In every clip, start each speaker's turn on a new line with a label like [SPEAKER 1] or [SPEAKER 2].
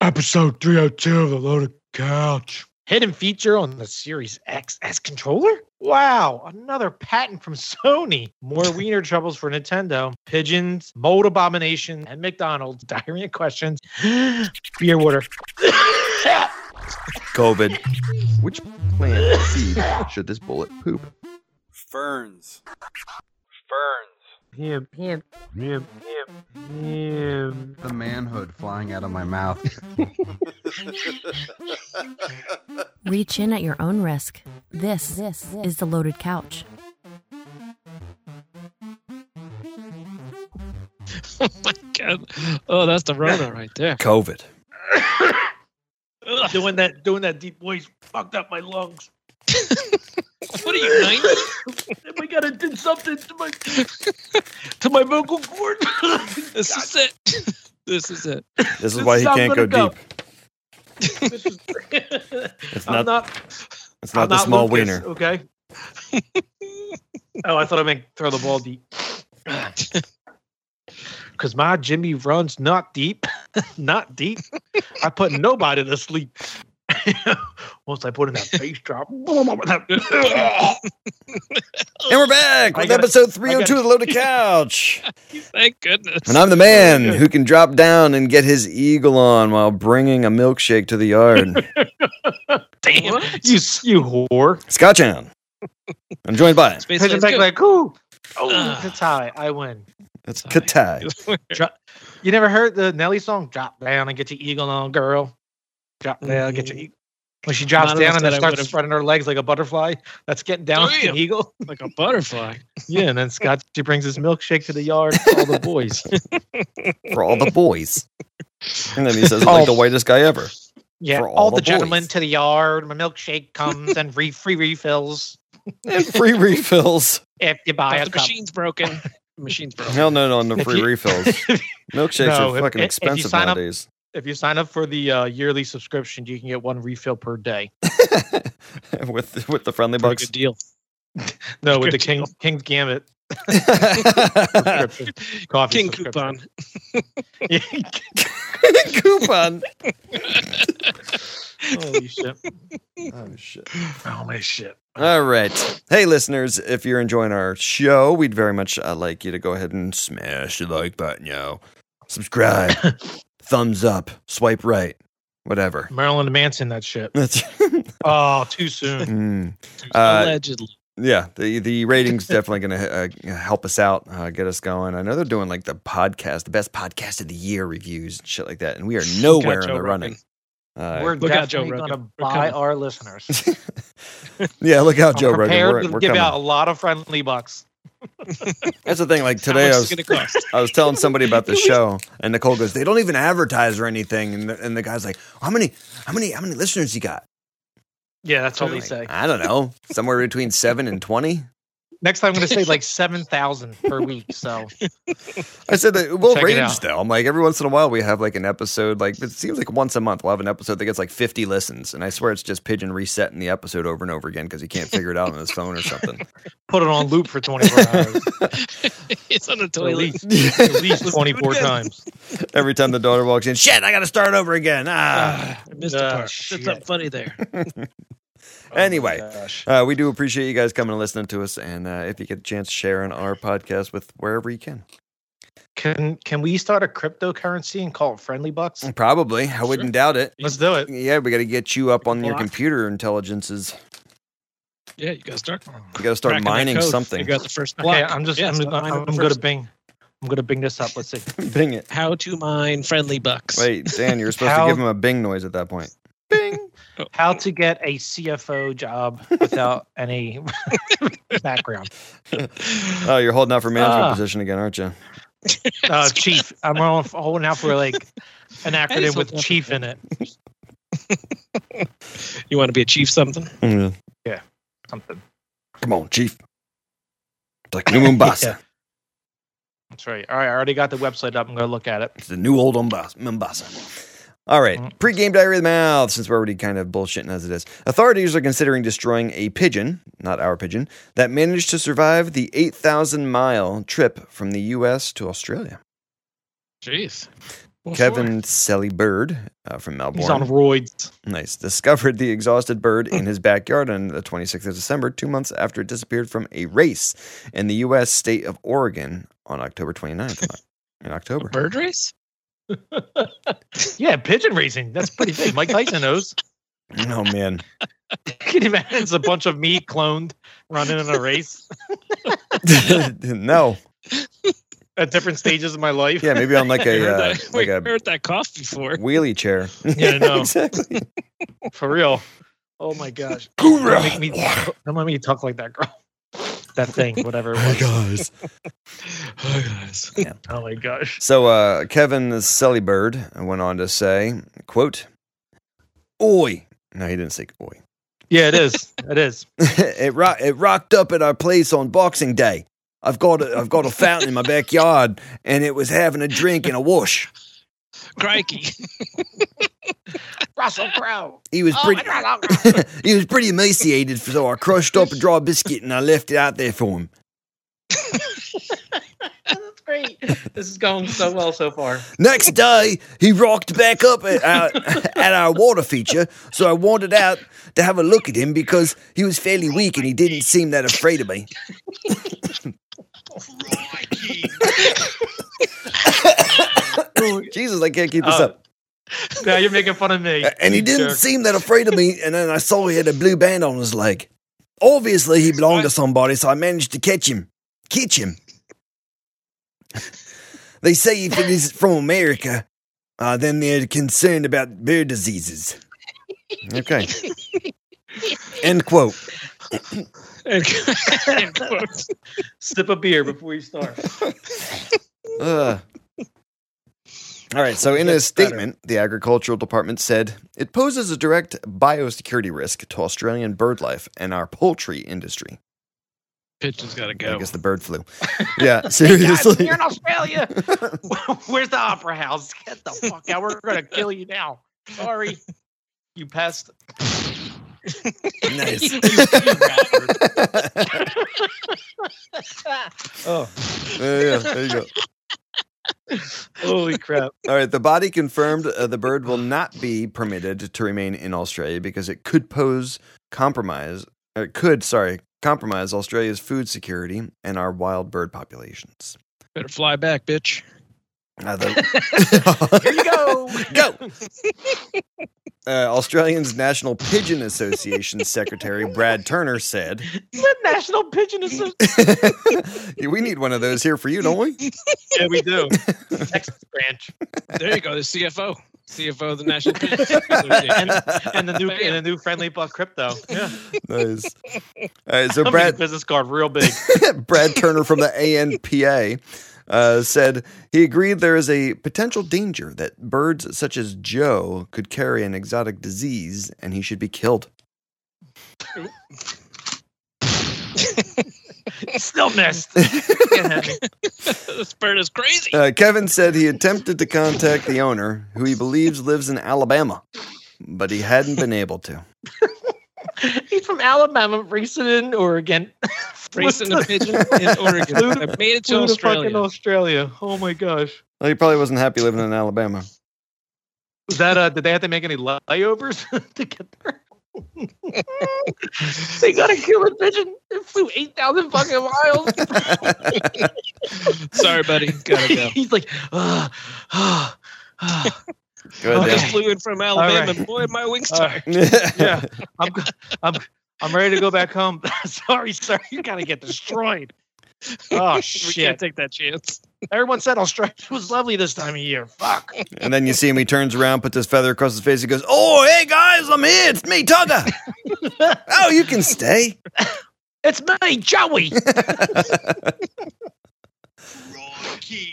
[SPEAKER 1] Episode 302 of The Loaded Couch.
[SPEAKER 2] Hidden feature on the Series XS controller? Wow, another patent from Sony. More wiener troubles for Nintendo. Pigeons, mold abomination, and McDonald's. Diarrhea questions. Beer water.
[SPEAKER 3] COVID. Which plant seed should this bullet poop?
[SPEAKER 4] Ferns. Ferns.
[SPEAKER 2] Him, him, him, him, him.
[SPEAKER 3] The manhood flying out of my mouth.
[SPEAKER 5] Reach in at your own risk. This, this is the loaded couch.
[SPEAKER 6] Oh my god. Oh, that's the Rona right there.
[SPEAKER 3] COVID.
[SPEAKER 6] Ugh,
[SPEAKER 2] Doing that, doing that deep voice fucked up my lungs.
[SPEAKER 6] what are you, 90?
[SPEAKER 2] We gotta did something to my to my vocal cord.
[SPEAKER 6] This is it. This is it.
[SPEAKER 7] This is why he can't go, deep.
[SPEAKER 2] This is-
[SPEAKER 7] It's
[SPEAKER 2] I'm
[SPEAKER 7] not,
[SPEAKER 2] not
[SPEAKER 7] it's not
[SPEAKER 2] I'm
[SPEAKER 7] the small
[SPEAKER 2] Lucas,
[SPEAKER 7] wiener.
[SPEAKER 2] Okay. oh, I thought I meant throw the ball deep. Cause my Jimmy runs not deep, not deep. I put nobody to sleep. Once I put in that bass drop,
[SPEAKER 7] And we're back
[SPEAKER 2] I
[SPEAKER 7] with
[SPEAKER 2] gotta-
[SPEAKER 7] episode
[SPEAKER 2] I
[SPEAKER 7] 302
[SPEAKER 2] gotta-
[SPEAKER 7] of the Loaded Couch.
[SPEAKER 6] Thank goodness.
[SPEAKER 7] And I'm the man who can drop down and get his eagle on while bringing a milkshake to the yard.
[SPEAKER 2] damn you, s- you whore!
[SPEAKER 7] Scotch Hound. I'm joined by
[SPEAKER 6] Space Ah.
[SPEAKER 2] Pigeon
[SPEAKER 6] Lane's
[SPEAKER 2] back like,
[SPEAKER 6] good.
[SPEAKER 2] ooh, oh,
[SPEAKER 6] Ugh.
[SPEAKER 2] it's a tie. I win.
[SPEAKER 7] that's Katai.
[SPEAKER 2] You never heard the Nelly song "Drop Down and Get Your Eagle On, Girl"? Drop down, get your
[SPEAKER 6] Mhm.
[SPEAKER 2] eagle. When she drops
[SPEAKER 6] Not
[SPEAKER 2] down
[SPEAKER 6] enough
[SPEAKER 2] and then
[SPEAKER 6] that I
[SPEAKER 2] starts
[SPEAKER 6] would've- Oh,
[SPEAKER 2] spreading her legs like a butterfly, that's getting down like an
[SPEAKER 6] Damn.
[SPEAKER 2] eagle.
[SPEAKER 6] like a butterfly.
[SPEAKER 2] Yeah, and then Scott she brings his milkshake to the yard for all the boys.
[SPEAKER 7] for all the boys. And then he says, like the whitest guy ever.
[SPEAKER 2] Yeah,
[SPEAKER 7] For
[SPEAKER 2] all,
[SPEAKER 7] all
[SPEAKER 2] the,
[SPEAKER 7] the
[SPEAKER 2] gentlemen
[SPEAKER 7] boys.
[SPEAKER 2] to the yard. My milkshake comes and re- free refills
[SPEAKER 7] And free refills.
[SPEAKER 2] if you buy
[SPEAKER 6] Oh,
[SPEAKER 2] a
[SPEAKER 6] the
[SPEAKER 2] cup.
[SPEAKER 6] machine's broken. The machine's broken.
[SPEAKER 7] Hell no, no, on the
[SPEAKER 2] If
[SPEAKER 7] free
[SPEAKER 2] you-
[SPEAKER 7] refills. Milkshakes
[SPEAKER 2] No,
[SPEAKER 7] are
[SPEAKER 2] if-
[SPEAKER 7] fucking
[SPEAKER 2] if- if you
[SPEAKER 7] expensive
[SPEAKER 2] sign up-
[SPEAKER 7] nowadays.
[SPEAKER 2] If you sign up for the uh, yearly subscription, you can get one refill per day.
[SPEAKER 7] with with the friendly
[SPEAKER 6] Pretty
[SPEAKER 7] bucks.
[SPEAKER 6] good deal.
[SPEAKER 2] No, with the
[SPEAKER 6] Good
[SPEAKER 2] King King's Gambit subscription. coffee
[SPEAKER 6] King
[SPEAKER 2] subscription.
[SPEAKER 6] coupon.
[SPEAKER 7] coupon.
[SPEAKER 2] Holy shit!
[SPEAKER 7] Oh shit.
[SPEAKER 2] Holy shit!
[SPEAKER 7] All right. Hey listeners, if you're enjoying our show, we'd very much uh, like you to go ahead and smash the like button, yo. Subscribe. thumbs up, swipe right, whatever.
[SPEAKER 2] Marilyn Manson, that shit.
[SPEAKER 7] That's
[SPEAKER 2] Oh, too soon.
[SPEAKER 7] Mm. Uh,
[SPEAKER 6] Allegedly.
[SPEAKER 7] Yeah, the the ratings definitely going to uh, help us out, uh, get us going. I know they're doing like the podcast, the best podcast of the year reviews and shit like that, and we are nowhere
[SPEAKER 6] Joe
[SPEAKER 7] in the
[SPEAKER 6] Rogan.
[SPEAKER 7] running. Uh,
[SPEAKER 2] We're
[SPEAKER 6] Look out, Joe
[SPEAKER 2] definitely going to
[SPEAKER 6] Rogan. We're
[SPEAKER 2] buy
[SPEAKER 6] coming.
[SPEAKER 2] our listeners.
[SPEAKER 7] yeah, look out,
[SPEAKER 2] I'm
[SPEAKER 7] Joe Rogan.
[SPEAKER 2] prepared
[SPEAKER 7] We're,
[SPEAKER 2] to
[SPEAKER 7] we're
[SPEAKER 2] give
[SPEAKER 7] coming.
[SPEAKER 2] out a lot of friendly bucks.
[SPEAKER 7] That's the thing. Like
[SPEAKER 6] How
[SPEAKER 7] today,
[SPEAKER 6] much
[SPEAKER 7] I
[SPEAKER 6] is
[SPEAKER 7] was
[SPEAKER 6] it gonna cost?
[SPEAKER 7] I was telling somebody about the show, and Nicole goes, "They don't even advertise or anything." And the, and the guy's like, "How many? How many? How many listeners you got?"
[SPEAKER 2] Yeah, that's all they
[SPEAKER 7] Like,
[SPEAKER 2] say.
[SPEAKER 7] I don't know, somewhere between seven and twenty.
[SPEAKER 2] Next time I'm going to say like 7,000 per week. So
[SPEAKER 7] I said that we'll
[SPEAKER 2] Check it
[SPEAKER 7] range
[SPEAKER 2] out.
[SPEAKER 7] though. I'm like every once in a while we have like an episode like it seems like once a month we'll have an episode that gets like 50 listens, and I swear it's just pigeon resetting the episode over and over again because he can't figure it out on his phone or something.
[SPEAKER 2] put it on loop for 24 hours.
[SPEAKER 6] it's on the
[SPEAKER 2] at
[SPEAKER 6] toilet.
[SPEAKER 2] least, at least 24 times.
[SPEAKER 7] every time the daughter walks in, shit, I got to start over again. Ah.
[SPEAKER 6] Ah, I missed
[SPEAKER 2] Ah,
[SPEAKER 6] a part. That's
[SPEAKER 2] shit.
[SPEAKER 6] not funny there.
[SPEAKER 7] Anyway.
[SPEAKER 2] Oh my gosh.
[SPEAKER 7] Uh, we do appreciate you guys coming and listening to us, and uh, if you get a chance, sharing our podcast with wherever you can.
[SPEAKER 2] Can can we start a cryptocurrency and call it friendly
[SPEAKER 7] Mm.
[SPEAKER 2] bucks?
[SPEAKER 7] Probably, I wouldn't doubt it.
[SPEAKER 2] Let's do it.
[SPEAKER 7] Yeah, we got to get you up on your
[SPEAKER 6] Block.
[SPEAKER 7] computer intelligences.
[SPEAKER 6] Yeah, you gotta start.
[SPEAKER 7] You got to start
[SPEAKER 6] cracking that
[SPEAKER 7] mining
[SPEAKER 6] code,
[SPEAKER 7] something.
[SPEAKER 6] Figure out the first block.
[SPEAKER 2] Okay, I'm just
[SPEAKER 6] Yeah,
[SPEAKER 2] I'm,
[SPEAKER 6] start
[SPEAKER 2] I'm,
[SPEAKER 6] mining the
[SPEAKER 2] going to
[SPEAKER 6] first-
[SPEAKER 2] bing. I'm going to bing this up. Let's see.
[SPEAKER 7] Bing it.
[SPEAKER 6] How to mine friendly bucks.
[SPEAKER 7] Wait, Dan, you were supposed
[SPEAKER 2] How-
[SPEAKER 7] to give him a bing noise at that point. Bing.
[SPEAKER 2] How to get a CFO job without any background.
[SPEAKER 7] Oh, you're holding out for management
[SPEAKER 2] Ah.
[SPEAKER 7] position again, aren't you?
[SPEAKER 2] Uh, chief, I'm on- holding out for like an acronym
[SPEAKER 6] hope
[SPEAKER 2] with
[SPEAKER 6] nothing.
[SPEAKER 2] chief in it.
[SPEAKER 6] You want to be a chief something?
[SPEAKER 2] Something.
[SPEAKER 7] Come on, chief. It's like new Mombasa.
[SPEAKER 2] Yeah. That's right. All right, I already got the website up. I'm going to look at it.
[SPEAKER 7] It's the new old Mombasa. Mombasa. All right.
[SPEAKER 2] Mm.
[SPEAKER 7] Pre-game diary of the mouth, since we're already kind of bullshitting as it is. Authorities are considering destroying a pigeon, not our pigeon, that managed to survive the 8,000 mile trip from the U.S. to Australia.
[SPEAKER 6] Jeez.
[SPEAKER 7] Kevin Selly Bird uh, from Melbourne.
[SPEAKER 2] He's on roids.
[SPEAKER 7] Nice. Discovered the exhausted bird in his backyard on the 26th of December, two months after it disappeared from a race in the U.S. state of Oregon on October 29th. in October.
[SPEAKER 6] Bird race?
[SPEAKER 2] Yeah, pigeon racing. That's pretty big. Mike Tyson knows.
[SPEAKER 7] Oh, man.
[SPEAKER 2] Can you imagine it's a bunch of me cloned running in a race
[SPEAKER 7] no.
[SPEAKER 2] at different stages of my life?
[SPEAKER 7] Yeah, maybe on like
[SPEAKER 6] I
[SPEAKER 7] a,
[SPEAKER 6] heard
[SPEAKER 7] uh,
[SPEAKER 6] that.
[SPEAKER 7] like
[SPEAKER 6] Wait,
[SPEAKER 7] a
[SPEAKER 6] I heard that cough before.
[SPEAKER 7] wheelie chair.
[SPEAKER 2] Yeah, I know.
[SPEAKER 7] exactly.
[SPEAKER 2] For real. Oh my gosh. Don't
[SPEAKER 7] Hoorah!
[SPEAKER 2] make me don't let me talk like that girl. That thing, whatever it
[SPEAKER 7] Hey,
[SPEAKER 2] was.
[SPEAKER 7] guys.
[SPEAKER 6] Hi guys.
[SPEAKER 2] Oh my gosh.
[SPEAKER 7] So uh, Kevin Sellybird went on to say, quote, Oi. No, he didn't say oi.
[SPEAKER 2] Yeah, it is. It is.
[SPEAKER 7] it ro- it rocked up at our place on Boxing Day. I've got a, I've got a fountain in my backyard, and it was having a drink and a wash.
[SPEAKER 6] Crikey.
[SPEAKER 2] Russell Crowe.
[SPEAKER 7] He was
[SPEAKER 2] Oh,
[SPEAKER 7] pretty
[SPEAKER 2] my
[SPEAKER 7] he was pretty emaciated, so I crushed up a dry biscuit and I left it out there for him.
[SPEAKER 2] That's great. This is going so well so far.
[SPEAKER 7] Next day, he rocked back up at our, at our water feature, so I wandered out to have a look at him because he was fairly weak and he didn't seem that afraid of me. Jesus, I can't keep this
[SPEAKER 2] Oh.
[SPEAKER 7] up.
[SPEAKER 2] Now you're making fun of me.
[SPEAKER 7] A- And he didn't
[SPEAKER 2] Jerk.
[SPEAKER 7] seem that afraid of me. And then I saw he had a blue band on his leg. Obviously, he belonged to somebody, so I managed to catch him. Catch him. they say if it is from America, uh, then they're concerned about bird diseases. Okay. End quote.
[SPEAKER 6] And- and quote.
[SPEAKER 2] Sip a beer before you start.
[SPEAKER 7] Ugh. All right, so in a
[SPEAKER 2] Gets better.
[SPEAKER 7] statement, the Agricultural Department said it poses a direct biosecurity risk to Australian bird life and our poultry industry.
[SPEAKER 6] Pigeon's gotta
[SPEAKER 7] I
[SPEAKER 6] go.
[SPEAKER 7] guess the bird flew. Yeah, seriously.
[SPEAKER 2] You're in Australia. Where's the opera house? Get the fuck out. We're gonna kill you now. Sorry. You pest.
[SPEAKER 7] nice.
[SPEAKER 2] You- you bastard. oh,
[SPEAKER 7] Yeah, yeah, there you go.
[SPEAKER 2] holy crap.
[SPEAKER 7] All right, the body confirmed uh, the bird will not be permitted to remain in Australia because it could pose compromise. Or it could, sorry, compromise Australia's food security and our wild bird populations.
[SPEAKER 6] Better fly back, bitch.
[SPEAKER 7] Uh, the-
[SPEAKER 2] Here you go.
[SPEAKER 7] Go. Uh, Australian's National Pigeon Association Secretary Brad Turner said,
[SPEAKER 2] the National Pigeon Association.
[SPEAKER 7] "We need one of those here for you, don't we?"
[SPEAKER 2] Yeah, we do. Texas branch
[SPEAKER 6] There you go, the CFO. CFO of the National Pigeon Association.
[SPEAKER 2] and the new and the new friendly buck crypto. Yeah,
[SPEAKER 7] nice. All right, so
[SPEAKER 2] I'm
[SPEAKER 7] Brad
[SPEAKER 2] business card real big.
[SPEAKER 7] Brad Turner from the ANPA uh, said he agreed there is a potential danger that birds such as Joe could carry an exotic disease and he should be killed.
[SPEAKER 2] Still missed. Can't have me.
[SPEAKER 6] this bird is crazy.
[SPEAKER 7] Uh, Kevin said he attempted to contact the owner, who he believes lives in Alabama, but he hadn't been able to.
[SPEAKER 2] He's from Alabama, racing in Oregon,
[SPEAKER 6] Racing a pigeon in Oregon. I made it to
[SPEAKER 2] flew to fucking
[SPEAKER 6] Australia.
[SPEAKER 2] Australia. Oh my gosh.
[SPEAKER 7] Well, he probably wasn't happy living in Alabama.
[SPEAKER 2] Was that uh? Did they have to make any layovers to get there? they got a Cuban pigeon. It flew eight thousand fucking miles.
[SPEAKER 6] Sorry, buddy. Gotta go.
[SPEAKER 2] He's like, ah, ah, ah.
[SPEAKER 7] Go
[SPEAKER 6] I
[SPEAKER 7] ahead,
[SPEAKER 6] just
[SPEAKER 2] Okay.
[SPEAKER 6] flew in from Alabama.
[SPEAKER 2] right.
[SPEAKER 6] Boy, my wings
[SPEAKER 2] All
[SPEAKER 6] tired.
[SPEAKER 7] Dan.
[SPEAKER 2] yeah, I'm, go- I'm, I'm ready to go back home. sorry, sir, you gotta get destroyed. Oh
[SPEAKER 6] We can't
[SPEAKER 2] shit!
[SPEAKER 6] take that chance.
[SPEAKER 2] Everyone said Australia was lovely this time of year. Fuck.
[SPEAKER 7] And then you see him, he turns around, puts his feather across his face, he goes, Oh, hey guys, I'm here. It's me, Tugger. oh, you can stay.
[SPEAKER 2] It's me, Joey.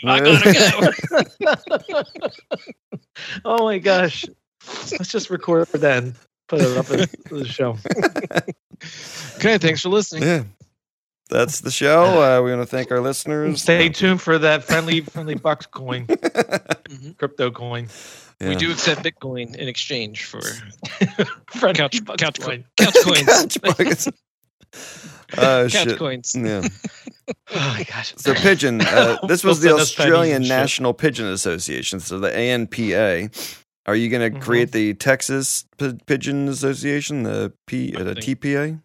[SPEAKER 6] I gotta go.
[SPEAKER 2] oh my gosh! Let's just record then. Put it up in the show.
[SPEAKER 6] Okay, thanks for listening.
[SPEAKER 7] yeah. That's the show. Uh, we want to thank our listeners.
[SPEAKER 2] Stay tuned for that friendly, friendly bucks coin,
[SPEAKER 6] Mhm.
[SPEAKER 2] crypto coin,
[SPEAKER 6] We
[SPEAKER 7] Yeah.
[SPEAKER 6] do accept Bitcoin in exchange for
[SPEAKER 2] friendly
[SPEAKER 6] Couch-
[SPEAKER 2] bucks
[SPEAKER 6] couch
[SPEAKER 2] coin.
[SPEAKER 6] couch coins.
[SPEAKER 7] Couch buckets. Oh,
[SPEAKER 6] Couch
[SPEAKER 7] shit.
[SPEAKER 6] coins.
[SPEAKER 7] Yeah.
[SPEAKER 2] Oh my gosh.
[SPEAKER 7] So pigeon. Uh, this was
[SPEAKER 2] They'll
[SPEAKER 7] the
[SPEAKER 2] send us Chinese
[SPEAKER 7] Australian
[SPEAKER 2] and shit.
[SPEAKER 7] National Pigeon Association, so the ANPA. Are you going to
[SPEAKER 2] Mhm.
[SPEAKER 7] create the Texas P- Pigeon Association, the P, uh, the
[SPEAKER 6] think-
[SPEAKER 7] TPA?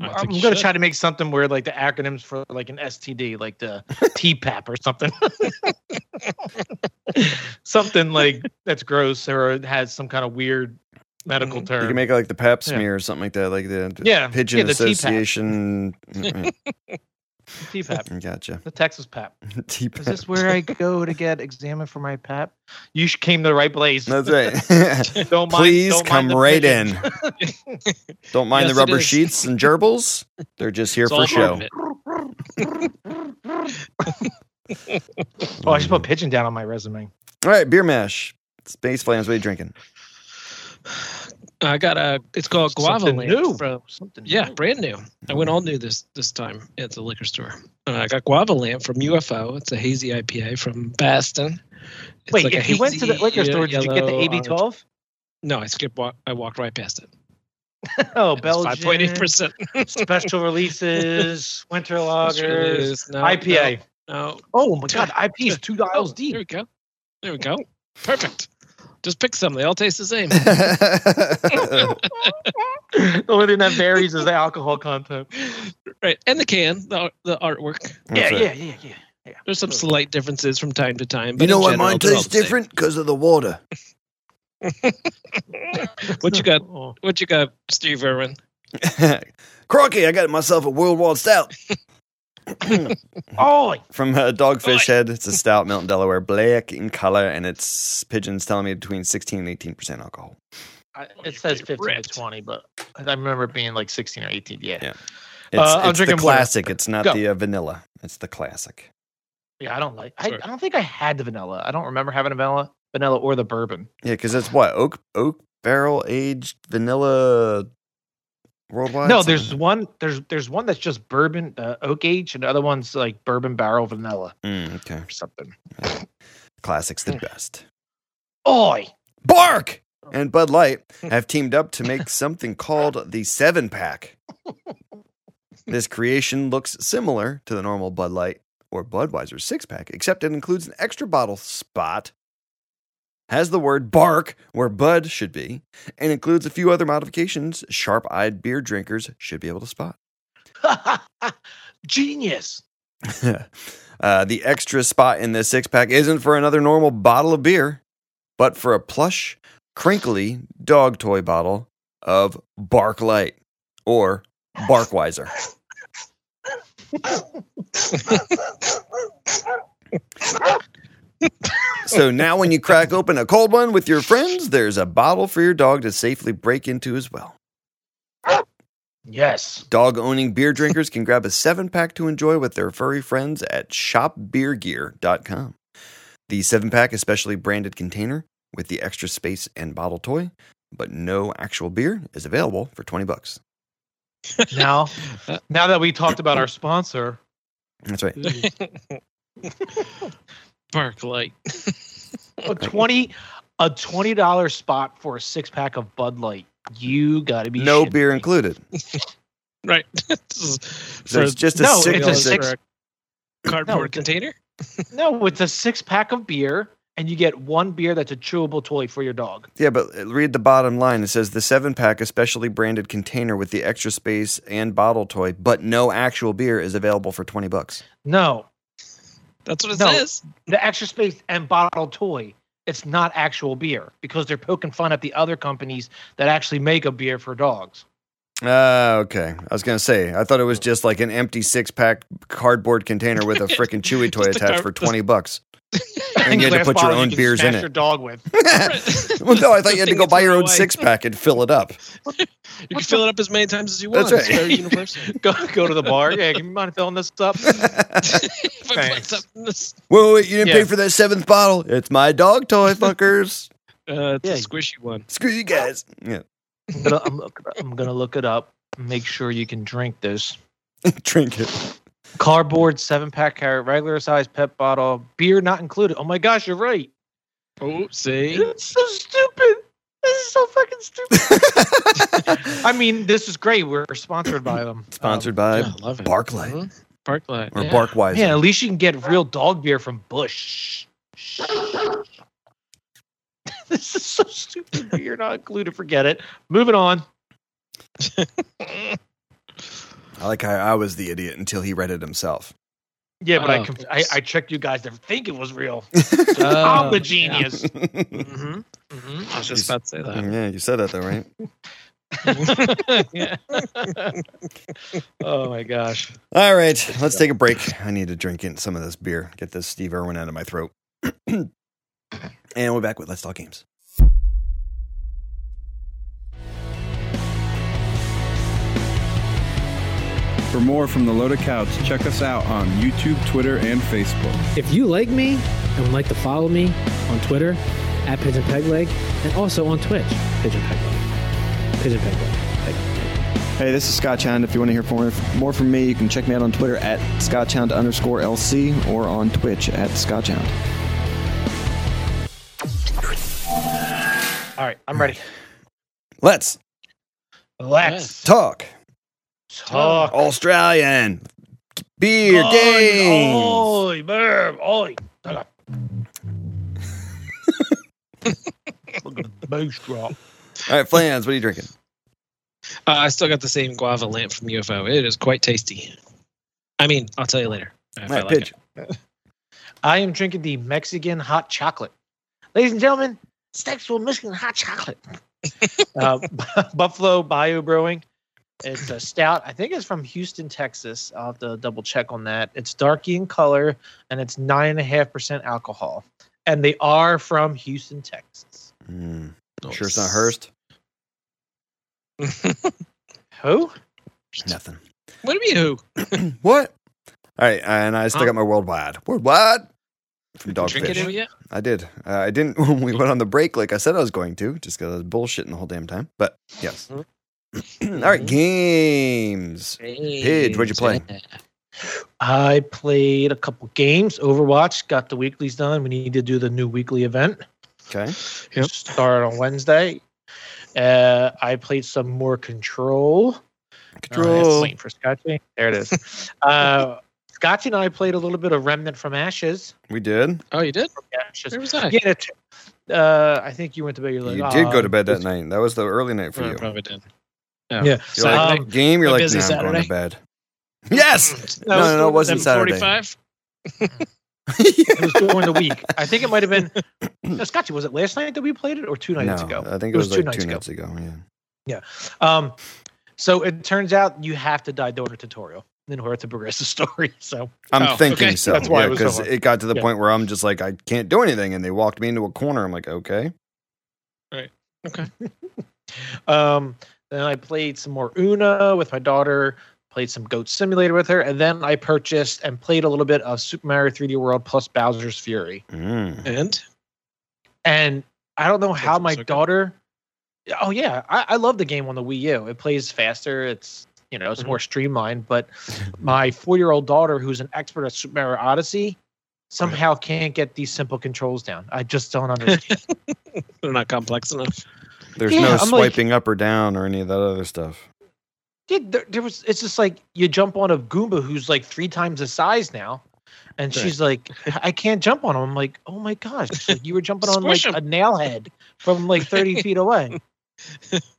[SPEAKER 6] I
[SPEAKER 2] I'm
[SPEAKER 6] think
[SPEAKER 2] gonna
[SPEAKER 6] you should.
[SPEAKER 2] try to make something where like the acronyms for like an STD, like the TPAP or something, something like that's gross or has some kind of weird medical
[SPEAKER 6] Mhm.
[SPEAKER 7] Mm-hmm. You
[SPEAKER 2] term.
[SPEAKER 7] can make it like the Pap
[SPEAKER 2] Yeah.
[SPEAKER 7] smear or something like that, like the the
[SPEAKER 2] Yeah,
[SPEAKER 7] Pigeon
[SPEAKER 2] yeah, the TPAP.
[SPEAKER 7] Association. Mm,
[SPEAKER 2] TPAP,
[SPEAKER 7] mm, gotcha.
[SPEAKER 2] the Texas PAP. Is
[SPEAKER 7] TPA.
[SPEAKER 2] this where I go to get examined for my PAP? You sh- came to the right place.
[SPEAKER 7] That's right.
[SPEAKER 2] Don't mind,
[SPEAKER 7] Please
[SPEAKER 2] don't
[SPEAKER 7] come
[SPEAKER 2] mind the
[SPEAKER 7] right
[SPEAKER 2] pigeons.
[SPEAKER 7] in. Don't mind
[SPEAKER 6] Yes,
[SPEAKER 7] the
[SPEAKER 6] it
[SPEAKER 7] rubber
[SPEAKER 6] is.
[SPEAKER 7] sheets and gerbils. They're just here
[SPEAKER 6] It's
[SPEAKER 7] for
[SPEAKER 6] all part of
[SPEAKER 7] show.
[SPEAKER 6] it.
[SPEAKER 2] Oh, I should put pigeon down on my resume.
[SPEAKER 7] All right, beer mash. Space flames. What are you drinking?
[SPEAKER 6] I got a. It's called Guava
[SPEAKER 2] Something
[SPEAKER 6] Land
[SPEAKER 2] new.
[SPEAKER 6] from
[SPEAKER 2] Something.
[SPEAKER 6] Yeah, brand new. I went all new this this time at the liquor store. Uh, I got Guava Lamp from UFO. It's a hazy IPA from Baston. It's
[SPEAKER 2] Wait,
[SPEAKER 6] like a
[SPEAKER 2] if you went to the
[SPEAKER 6] hazy
[SPEAKER 2] liquor store, did you get the
[SPEAKER 6] yellow,
[SPEAKER 2] AB12?
[SPEAKER 6] orange- No, I skipped. Walk, I walked right past it.
[SPEAKER 2] Oh,
[SPEAKER 6] Five point eight
[SPEAKER 2] Belgian.
[SPEAKER 6] percent.
[SPEAKER 2] Special releases, winter lagers, IPA.
[SPEAKER 6] No.
[SPEAKER 2] Oh my god, IPA is two
[SPEAKER 6] Oh,
[SPEAKER 2] dials
[SPEAKER 6] there
[SPEAKER 2] deep.
[SPEAKER 6] we go. There we go. Perfect. Just pick some. They all taste the same.
[SPEAKER 2] the only thing that varies is the alcohol content.
[SPEAKER 6] right, and the can, the art- the artwork.
[SPEAKER 2] Yeah,
[SPEAKER 7] That's it.
[SPEAKER 2] yeah, yeah, yeah.
[SPEAKER 6] There's some slight differences from time to time.
[SPEAKER 7] You
[SPEAKER 6] But
[SPEAKER 7] know
[SPEAKER 6] in
[SPEAKER 7] why
[SPEAKER 6] general,
[SPEAKER 7] mine
[SPEAKER 6] they're all
[SPEAKER 7] tastes
[SPEAKER 6] the same.
[SPEAKER 7] different? Because of the water.
[SPEAKER 6] What you got?
[SPEAKER 2] Oh.
[SPEAKER 6] What you got, Steve Irwin?
[SPEAKER 7] Crocky, I got myself a worldwide stout.
[SPEAKER 2] Oh,
[SPEAKER 7] From uh, Dogfish Head. It's a stout, Milton, Delaware, black in color, and it's pigeons telling me between 16 and 18% alcohol.
[SPEAKER 2] I-
[SPEAKER 6] you're
[SPEAKER 2] it says
[SPEAKER 6] getting
[SPEAKER 2] 15
[SPEAKER 6] ripped.
[SPEAKER 2] to 20, but I remember it being like 16 or 18. Yeah.
[SPEAKER 7] Yeah.
[SPEAKER 2] Yeah,
[SPEAKER 7] It's,
[SPEAKER 2] Uh, I'm
[SPEAKER 7] it's the
[SPEAKER 2] drinking water.
[SPEAKER 7] classic. It's not
[SPEAKER 2] Go.
[SPEAKER 7] the uh, vanilla. It's the classic.
[SPEAKER 2] I don't like I,
[SPEAKER 6] Sure.
[SPEAKER 2] I don't think I had the vanilla. I don't remember having a vanilla vanilla or the bourbon.
[SPEAKER 7] Yeah, because it's what? Oak oak barrel aged vanilla worldwide?
[SPEAKER 2] no, there's one there's there's one that's just bourbon uh, oak age and the other one's like bourbon barrel vanilla
[SPEAKER 7] Mm, okay.
[SPEAKER 2] or something.
[SPEAKER 7] Classic's
[SPEAKER 2] Mm.
[SPEAKER 7] the best.
[SPEAKER 2] Oi.
[SPEAKER 7] Bark and Bud Light have teamed up to make something called the Seven Pack. This creation looks similar to the normal Bud Light or Budweiser six pack, except it includes an extra bottle spot, has the word bark where Bud should be, and includes a few other modifications sharp eyed beer drinkers should be able to spot.
[SPEAKER 2] Genius.
[SPEAKER 7] uh, the extra spot in this six pack isn't for another normal bottle of beer, but for a plush, crinkly dog toy bottle of Bark Light or Barkweiser. so now, when you crack open a cold one with your friends, there's a bottle for your dog to safely break into as well.
[SPEAKER 2] Yes.
[SPEAKER 7] Dog owning beer drinkers can grab a seven pack to enjoy with their furry friends at shopbeergear.com. The seven pack is specially branded container with the extra space and bottle toy, but no actual beer is available for 20 bucks.
[SPEAKER 2] Now, now that we talked about our sponsor,
[SPEAKER 7] That's right.
[SPEAKER 6] Bark light.
[SPEAKER 2] a 20 a $20 spot for a six pack of Bud Light. You got to be
[SPEAKER 7] No
[SPEAKER 2] shitting
[SPEAKER 7] beer
[SPEAKER 2] me.
[SPEAKER 7] included.
[SPEAKER 6] Right. this is
[SPEAKER 7] So it's just a
[SPEAKER 2] No,
[SPEAKER 7] six.
[SPEAKER 2] it's a six-
[SPEAKER 6] for a cardboard
[SPEAKER 2] No, it's a-
[SPEAKER 6] container.
[SPEAKER 2] No, it's a six pack of beer and you get one beer that's a chewable toy for your dog.
[SPEAKER 7] Yeah, but read the bottom line. It says the seven pack, a specially branded container with the extra space and bottle toy, but no actual beer is available for 20 bucks.
[SPEAKER 2] No,
[SPEAKER 6] That's what it
[SPEAKER 2] No.
[SPEAKER 6] says.
[SPEAKER 2] the extra space and bottle toy. It's not actual beer because they're poking fun at the other companies that actually make a beer for dogs.
[SPEAKER 7] Ah, okay. I was gonna say, I thought it was just like an empty six pack cardboard container with a freaking chewy toy
[SPEAKER 6] Just a
[SPEAKER 7] attached
[SPEAKER 6] car-
[SPEAKER 7] for twenty bucks. And you had
[SPEAKER 2] glass
[SPEAKER 7] to put your
[SPEAKER 2] bottle you
[SPEAKER 7] own
[SPEAKER 2] can
[SPEAKER 7] beers in
[SPEAKER 2] smash Your
[SPEAKER 7] it.
[SPEAKER 2] dog with.
[SPEAKER 7] well, no, I thought you had to
[SPEAKER 6] Thing
[SPEAKER 7] go
[SPEAKER 6] you
[SPEAKER 7] buy your
[SPEAKER 6] throw
[SPEAKER 7] own
[SPEAKER 6] away.
[SPEAKER 7] six pack and fill it up.
[SPEAKER 6] You can fill it up as many times as you want.
[SPEAKER 7] That's
[SPEAKER 6] It's
[SPEAKER 7] right.
[SPEAKER 6] very universal.
[SPEAKER 2] go go to the bar. Yeah, you mind filling this up?
[SPEAKER 6] If I put
[SPEAKER 2] Thanks.
[SPEAKER 6] something in this-
[SPEAKER 7] wait, wait, wait, you didn't pay
[SPEAKER 2] Yeah.
[SPEAKER 7] for that seventh bottle. It's my dog toy, fuckers.
[SPEAKER 6] uh, it's
[SPEAKER 2] Yeah.
[SPEAKER 6] a squishy one.
[SPEAKER 7] Screw you guys. Yeah.
[SPEAKER 2] I'm gonna, I'm, look- I'm gonna look it up. Make sure you can drink this.
[SPEAKER 7] Drink it.
[SPEAKER 2] Cardboard seven pack carrot, regular size pet bottle, beer not included. Oh my gosh, you're right.
[SPEAKER 6] Oh, see?
[SPEAKER 2] It's so stupid. It's is so fucking stupid. I mean, this is great. We're sponsored by them.
[SPEAKER 7] Sponsored by
[SPEAKER 6] Oh, Yeah, I love it.
[SPEAKER 7] Barclay
[SPEAKER 6] Mhm. Barclay.
[SPEAKER 7] or
[SPEAKER 6] yeah.
[SPEAKER 7] Barkwise.
[SPEAKER 2] Yeah, at least you can get real dog beer from Bush. this is so stupid. but You're not a clue to forget it. Moving on.
[SPEAKER 7] I like how I was the idiot until he read it himself.
[SPEAKER 2] Yeah, but I,
[SPEAKER 6] Oh,
[SPEAKER 2] com- I
[SPEAKER 6] oops.
[SPEAKER 2] I checked you guys to think it was real.
[SPEAKER 6] Oh,
[SPEAKER 2] I'm a genius. Mm-hmm.
[SPEAKER 7] yeah,
[SPEAKER 6] hmm I was just about to say that.
[SPEAKER 7] you said that though, right?
[SPEAKER 2] Yeah. oh my gosh.
[SPEAKER 7] All right, let's take a break. I need to drink in some of this beer. Get this Steve Irwin out of my throat. and we're back with Let's Talk Games.
[SPEAKER 8] For more from the Loaded Couch, check us out on YouTube, Twitter, and Facebook.
[SPEAKER 9] If you like me and would like to follow me on Twitter at Pigeon Peg Leg and also on Twitch, Pigeon Peg Leg. Pigeon Peg Leg.
[SPEAKER 10] Hey, this is Scotch Hound. If you want to hear more, more from me, you can check me out on Twitter at Scotchhound underscore LC or on Twitch at Scotchhound.
[SPEAKER 2] All right, I'm ready.
[SPEAKER 7] Let's
[SPEAKER 2] Let's
[SPEAKER 7] talk
[SPEAKER 2] talk.
[SPEAKER 7] Australian beer
[SPEAKER 2] Oi,
[SPEAKER 7] games.
[SPEAKER 2] Oi, burp, oi. Okay. Look at the bass drop.
[SPEAKER 7] All right, Flans, what are you drinking?
[SPEAKER 6] Uh, I still got the same guava lamp from UFO. It is quite tasty. I mean, I'll tell you later. if
[SPEAKER 7] All
[SPEAKER 6] I
[SPEAKER 7] right,
[SPEAKER 6] like
[SPEAKER 7] Pidge.
[SPEAKER 2] I am drinking the Mexican hot chocolate. Ladies and gentlemen, it's actual Michigan hot chocolate. uh, Buffalo Bayou Brewing. It's a stout. I think it's from Houston, Texas. I'll have to double check on that. It's darky in color and it's nine and a half percent alcohol. And they are from Houston, Texas.
[SPEAKER 7] Mm,
[SPEAKER 6] it.
[SPEAKER 7] sure, it's not Hearst.
[SPEAKER 2] Who?
[SPEAKER 7] Nothing.
[SPEAKER 6] what do you mean who?
[SPEAKER 7] what? All right, and I still
[SPEAKER 6] Huh?
[SPEAKER 7] got my worldwide. Worldwide from
[SPEAKER 6] Drink it
[SPEAKER 7] Dogfish.
[SPEAKER 6] in yet?
[SPEAKER 7] I did. Uh, I didn't when we went on the break like I said I was going to, just because I was bullshitting the whole damn time. But yes.
[SPEAKER 2] Mm-hmm.
[SPEAKER 7] All right, games. Pidge, what'd you play?
[SPEAKER 2] I played a couple games. Overwatch got the weeklies done. We need to do the new weekly event.
[SPEAKER 7] Okay.
[SPEAKER 6] Yep.
[SPEAKER 2] Start on Wednesday. Uh, I played some more control. Uh,
[SPEAKER 7] Control.
[SPEAKER 2] waiting for Scotty. There it is. uh, Scotty and I played a little bit of Remnant from Ashes.
[SPEAKER 7] We did.
[SPEAKER 6] Oh, you did?
[SPEAKER 2] From Ashes.
[SPEAKER 6] Where was I?
[SPEAKER 2] Yeah, it- uh, I think you went to bed. You're like,
[SPEAKER 7] You did go
[SPEAKER 2] "Ah,
[SPEAKER 7] to bed that
[SPEAKER 2] this-
[SPEAKER 7] night. That was the early night for
[SPEAKER 6] Oh, I
[SPEAKER 7] you.
[SPEAKER 6] probably did.
[SPEAKER 2] Yeah.
[SPEAKER 7] You're like,
[SPEAKER 2] Um,
[SPEAKER 7] game, you're
[SPEAKER 6] a
[SPEAKER 7] like, nah,
[SPEAKER 6] busy
[SPEAKER 7] I'm going to
[SPEAKER 6] Saturday. Mm.
[SPEAKER 7] bed. Yes.
[SPEAKER 2] No,
[SPEAKER 7] No, no, no, it wasn't Saturday.
[SPEAKER 6] 45?
[SPEAKER 2] it was during the week. I think it might have been. No, Scotty, was it last night that we played it or two
[SPEAKER 7] no, uh,
[SPEAKER 2] nights ago?
[SPEAKER 7] I think it was, like two
[SPEAKER 2] ago.
[SPEAKER 7] nights ago. Yeah.
[SPEAKER 2] Um, so it turns out you have to die during a tutorial in order to progress the story. So
[SPEAKER 7] I'm
[SPEAKER 6] Oh,
[SPEAKER 7] thinking
[SPEAKER 6] okay.
[SPEAKER 7] so.
[SPEAKER 2] That's why it was so
[SPEAKER 7] because
[SPEAKER 2] hard.
[SPEAKER 7] it got to the
[SPEAKER 2] Yeah.
[SPEAKER 7] point where I'm just like, I can't do anything, and they walked me into a corner. I'm like, okay.
[SPEAKER 6] Okay.
[SPEAKER 2] um, then I played some more Una with my daughter, played some Goat Simulator with her, and then I purchased and played a little bit of Super Mario 3D World plus Bowser's Fury.
[SPEAKER 7] Mm.
[SPEAKER 6] And?
[SPEAKER 2] And I don't know how
[SPEAKER 6] That's
[SPEAKER 2] my
[SPEAKER 6] so good.
[SPEAKER 2] daughter. Oh yeah, I, I love the game on the Wii U. It plays faster. It's you know it's
[SPEAKER 6] Mm-hmm.
[SPEAKER 2] more streamlined. But my four-year-old daughter, who's an expert at Super Mario Odyssey, somehow can't get these simple controls down. I just don't understand.
[SPEAKER 6] They're not complex enough.
[SPEAKER 7] There's
[SPEAKER 2] Yeah,
[SPEAKER 7] no
[SPEAKER 2] I'm like-
[SPEAKER 7] swiping up or down or any of that other stuff.
[SPEAKER 2] Dude, there, there was. It's just like you jump on a Goomba who's like three times the size now, and
[SPEAKER 6] Right.
[SPEAKER 2] she's like, "I can't jump on him." I'm like, "Oh my gosh!" She's like, you were jumping on like
[SPEAKER 6] Squish
[SPEAKER 2] a nail head from like 30 feet away.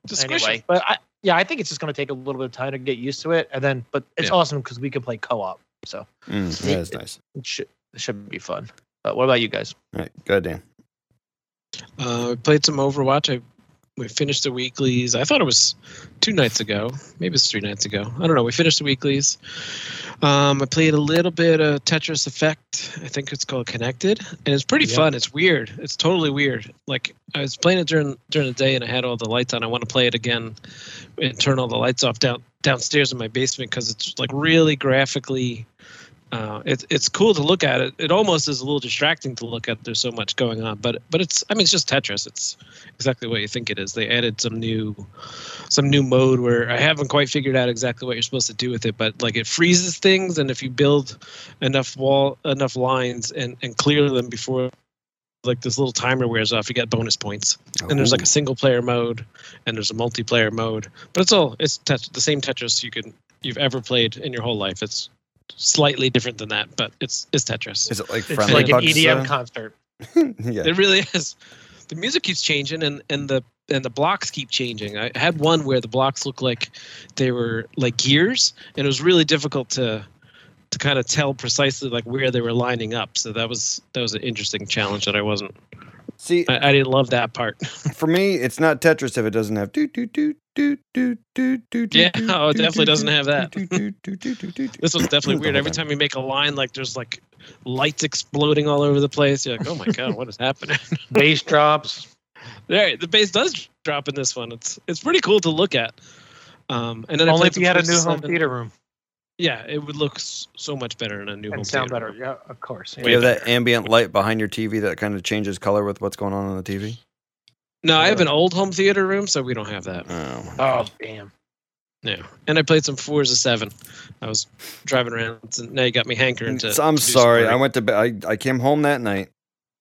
[SPEAKER 6] Just squish
[SPEAKER 2] anyway, but I, yeah, I think it's just going to take a little bit of time to get used to it, and then but it's
[SPEAKER 6] Yeah.
[SPEAKER 2] awesome because we can play co-op, so
[SPEAKER 7] Mm, that is nice.
[SPEAKER 2] it should it should be fun. But what about you guys?
[SPEAKER 7] All right, go ahead, Dan.
[SPEAKER 6] Uh, we played some Overwatch. I we finished the weeklies. I thought it was two nights ago. Maybe it's three nights ago. I don't know. We finished the weeklies. Um, I played a little bit of Tetris Effect. I think it's called Connected, and it's pretty
[SPEAKER 2] Yeah.
[SPEAKER 6] fun. It's weird. It's totally weird. Like I was playing it during during the day, and I had all the lights on. I want to play it again and turn all the lights off down downstairs in my basement because it's like really graphically. Uh, it's it's cool to look at it. It almost is a little distracting to look at. There's so much going on, but but it's I mean it's just Tetris. It's exactly what you think it is. They added some new some new mode where I haven't quite figured out exactly what you're supposed to do with it, but like it freezes things, and if you build enough wall enough lines and and clear them before like this little timer wears off, you get bonus points. And there's like a single player mode, and there's a multiplayer mode. But it's all it's tet- the same Tetris you can you've ever played in your whole life. It's slightly different than that, but it's it's E Tetris.
[SPEAKER 7] Is it like
[SPEAKER 2] It's
[SPEAKER 7] friendly
[SPEAKER 2] like an
[SPEAKER 7] bugs,
[SPEAKER 2] EDM
[SPEAKER 7] uh,
[SPEAKER 2] concert.
[SPEAKER 7] yeah.
[SPEAKER 6] It really is. The music keeps changing, and and the and the blocks keep changing. I had one where the blocks looked like they were like gears, and it was really difficult to to kind of tell precisely like where they were lining up. So that was that was an interesting challenge that I wasn't.
[SPEAKER 7] See,
[SPEAKER 6] I, I didn't love that part.
[SPEAKER 7] for me, it's not Tetris if it doesn't have do do do do do do do.
[SPEAKER 6] Yeah, oh, it definitely doesn't have that. This
[SPEAKER 7] This
[SPEAKER 6] was definitely
[SPEAKER 7] The
[SPEAKER 6] weird.
[SPEAKER 7] whole
[SPEAKER 6] Every
[SPEAKER 7] thing.
[SPEAKER 6] time you make a line, like there's like lights exploding all over the place. You're like, oh my god, what is happening?
[SPEAKER 2] Bass drops.
[SPEAKER 6] There, the bass does drop in this one. It's it's pretty cool to look at. Um, and then I
[SPEAKER 2] Only
[SPEAKER 6] played
[SPEAKER 2] if you had a
[SPEAKER 6] some
[SPEAKER 2] new home
[SPEAKER 6] PS7.
[SPEAKER 2] theater room
[SPEAKER 6] Yeah, it would look s- so much better in a new home
[SPEAKER 2] and sound
[SPEAKER 6] theater.
[SPEAKER 2] better. Yeah, of course.
[SPEAKER 7] Do you have that ambient light behind your TV that kind of changes color with what's going on on the TV?
[SPEAKER 6] No, I have an old home theater room, so we don't have that.
[SPEAKER 7] Oh,
[SPEAKER 2] Oh damn.
[SPEAKER 6] No. And I played some fours of seven. I was driving around, and now you got me hankering to.
[SPEAKER 7] Mm, So I'm
[SPEAKER 6] to do some
[SPEAKER 7] sorry.
[SPEAKER 6] work.
[SPEAKER 7] I went to bed. I, I came home that night,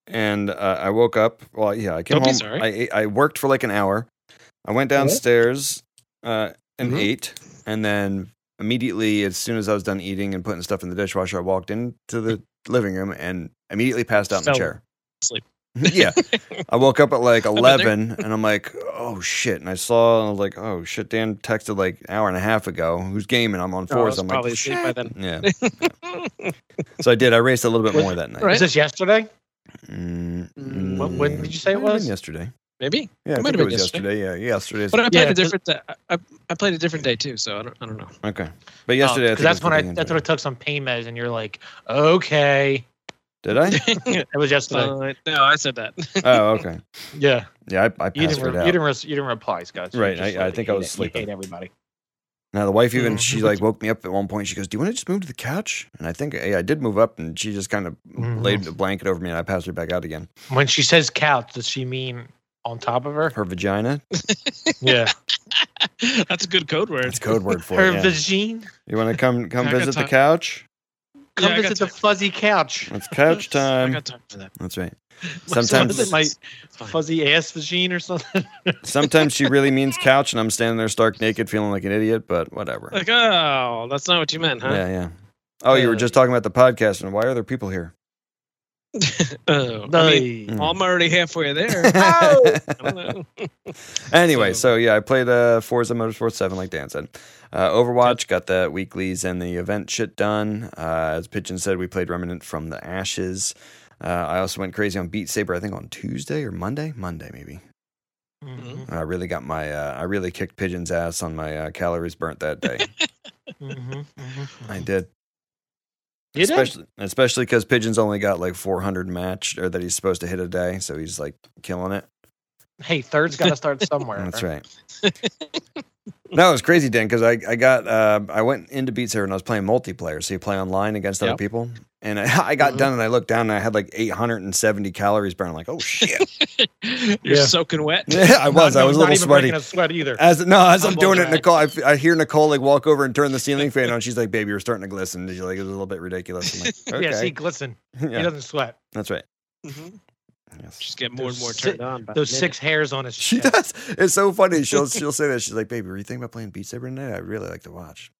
[SPEAKER 7] and uh, I woke up. Well, yeah, I came
[SPEAKER 6] Don't be
[SPEAKER 7] home.
[SPEAKER 6] sorry.
[SPEAKER 7] I ate- I worked for like an hour. I went downstairs uh, and
[SPEAKER 6] Mhm.
[SPEAKER 7] ate, and then immediately, as soon as I was done eating and putting stuff in the dishwasher, I walked into the living room and immediately passed out in the
[SPEAKER 6] Fell
[SPEAKER 7] chair.
[SPEAKER 6] asleep.
[SPEAKER 7] yeah, I woke up at like
[SPEAKER 6] been there.
[SPEAKER 7] eleven, and I'm like, "Oh shit!" And I saw, and I was like, "Oh shit!" Dan texted like an hour and a half ago. Who's gaming? I'm on
[SPEAKER 6] Oh, I
[SPEAKER 7] fours.
[SPEAKER 6] was
[SPEAKER 7] I'm
[SPEAKER 6] probably
[SPEAKER 7] like,
[SPEAKER 6] asleep by
[SPEAKER 7] "Shit."
[SPEAKER 6] then.
[SPEAKER 7] Yeah. So I did. I raced a little bit
[SPEAKER 6] Was-
[SPEAKER 7] more that night.
[SPEAKER 6] Right.
[SPEAKER 2] Is this yesterday?
[SPEAKER 7] Mm,
[SPEAKER 6] Mm,
[SPEAKER 2] what- when did you say it
[SPEAKER 7] might have been
[SPEAKER 2] was?
[SPEAKER 7] Yesterday.
[SPEAKER 6] Maybe.
[SPEAKER 7] Yeah,
[SPEAKER 6] It
[SPEAKER 7] I
[SPEAKER 6] might
[SPEAKER 7] think
[SPEAKER 6] have
[SPEAKER 7] it
[SPEAKER 6] been
[SPEAKER 7] was yesterday. Yeah, yesterday.
[SPEAKER 6] But I played
[SPEAKER 2] Yeah,
[SPEAKER 6] a
[SPEAKER 2] 'cause-
[SPEAKER 6] different. day- I, I played a different day too, so I don't. I don't know.
[SPEAKER 7] okay, but yesterday. I
[SPEAKER 2] because uh, oh, that's when
[SPEAKER 7] think was
[SPEAKER 2] I
[SPEAKER 7] the
[SPEAKER 2] that's
[SPEAKER 7] end
[SPEAKER 2] when I took some pain meds, and you're like, okay,
[SPEAKER 7] of it.
[SPEAKER 6] Dang it.
[SPEAKER 2] it was yesterday.
[SPEAKER 6] Fine. no, I said that.
[SPEAKER 7] Did I? oh, okay.
[SPEAKER 2] yeah,
[SPEAKER 7] Yeah, I, I
[SPEAKER 2] you
[SPEAKER 7] passed
[SPEAKER 2] didn't
[SPEAKER 7] it
[SPEAKER 2] re-
[SPEAKER 7] out.
[SPEAKER 2] you didn't res- you didn't reply, Scott. You
[SPEAKER 7] Right,
[SPEAKER 2] just
[SPEAKER 7] I-
[SPEAKER 2] like
[SPEAKER 7] I think I
[SPEAKER 2] hate
[SPEAKER 7] was
[SPEAKER 2] it- you
[SPEAKER 7] sleeping.
[SPEAKER 2] Hate everybody.
[SPEAKER 7] Now the wife
[SPEAKER 2] Mm-hmm.
[SPEAKER 7] even she like woke me up at one point. She goes, "Do you want to just move to the couch?" And I think yeah, I did move up, and she just kind of
[SPEAKER 2] Mhm.
[SPEAKER 7] laid a blanket over me, and I passed her back out again.
[SPEAKER 2] When she says couch, does she mean on top of her?
[SPEAKER 7] Her vagina.
[SPEAKER 2] Yeah,
[SPEAKER 6] That's a good code word.
[SPEAKER 7] That's code word for
[SPEAKER 2] her
[SPEAKER 7] it. yeah.
[SPEAKER 2] vagine.
[SPEAKER 7] You want to come come
[SPEAKER 6] I got
[SPEAKER 7] visit the
[SPEAKER 6] time.
[SPEAKER 7] couch?
[SPEAKER 2] Come
[SPEAKER 6] Yeah, I got
[SPEAKER 2] visit the
[SPEAKER 6] time.
[SPEAKER 2] fuzzy couch.
[SPEAKER 7] It's couch
[SPEAKER 6] I
[SPEAKER 7] time.
[SPEAKER 6] got time for that.
[SPEAKER 7] That's right.
[SPEAKER 6] son
[SPEAKER 7] Sometimes-
[SPEAKER 6] does it,
[SPEAKER 2] My
[SPEAKER 6] It's fine.
[SPEAKER 2] fuzzy ass vagine or something.
[SPEAKER 7] Sometimes she really means couch, and I'm standing there stark naked, feeling like an idiot. But whatever.
[SPEAKER 6] Like, oh, that's not what you meant, huh?
[SPEAKER 7] Yeah, yeah. Oh, you were
[SPEAKER 6] Uh,
[SPEAKER 7] just talking about the podcast, and why are there people here? Hmm.
[SPEAKER 6] oh, I
[SPEAKER 2] Hey.
[SPEAKER 6] mean, I'm already halfway there. I don't know.
[SPEAKER 7] anyway, so
[SPEAKER 6] So-
[SPEAKER 7] yeah, I played uh, Forza Motorsport 7, like Dan said. Uh, Overwatch, got the weeklies and the event shit done. Uh, as Pigeon said, we played Remnant from the Ashes. Uh, I also went crazy on Beat Saber, I think on Tuesday or Monday? Monday, maybe.
[SPEAKER 6] mm-hmm,
[SPEAKER 2] Mhm,
[SPEAKER 7] I really got my, uh, I really kicked Pigeon's ass on my uh, calories burnt that day.
[SPEAKER 2] mhm, mhm.
[SPEAKER 6] mm-hmm,
[SPEAKER 7] I did.
[SPEAKER 2] You did?
[SPEAKER 7] especially especially because Pigeon's only got like 400 match or that he's supposed to hit a day, so he's like killing it.
[SPEAKER 2] Hey, third's got to start somewhere.
[SPEAKER 7] That's right. no, it was crazy, Dan, because I, I got uh, I went into Beat Saber and I was playing multiplayer, so you play online against other
[SPEAKER 6] Yep.
[SPEAKER 7] people. And I, I got
[SPEAKER 2] Mm-hmm.
[SPEAKER 6] Mhm.
[SPEAKER 7] done and I looked down and I had like 870 calories burned. I'm like, oh shit!
[SPEAKER 6] You're
[SPEAKER 2] Yeah.
[SPEAKER 6] soaking wet.
[SPEAKER 7] Yeah, I was.
[SPEAKER 2] No,
[SPEAKER 7] I
[SPEAKER 2] no,
[SPEAKER 7] was
[SPEAKER 2] not
[SPEAKER 7] a little
[SPEAKER 2] even
[SPEAKER 7] sweaty.
[SPEAKER 2] breaking a sweat either.
[SPEAKER 7] As no, as I'm,
[SPEAKER 6] I'm
[SPEAKER 7] doing it,
[SPEAKER 6] alright.
[SPEAKER 7] Nicole, I, f- I hear Nicole like walk over and turn the ceiling fan on. She's like, "Baby, you're starting to glisten." She's like, "It's a little bit ridiculous." I'm like, okay,
[SPEAKER 2] Yeah, see, Mm-hmm. glisten.
[SPEAKER 7] Yeah,
[SPEAKER 2] He doesn't sweat.
[SPEAKER 7] that's right.
[SPEAKER 6] Mhm.
[SPEAKER 7] Yes.
[SPEAKER 6] Just get more and more
[SPEAKER 2] Those
[SPEAKER 6] turned
[SPEAKER 2] si-
[SPEAKER 6] on. by the
[SPEAKER 2] Those
[SPEAKER 6] minute.
[SPEAKER 2] six hairs on his
[SPEAKER 7] She
[SPEAKER 2] chest.
[SPEAKER 7] does. It's so funny. She'll she'll say that. She's like, "Baby, were you thinking about playing Beat Saber tonight? I really like to watch."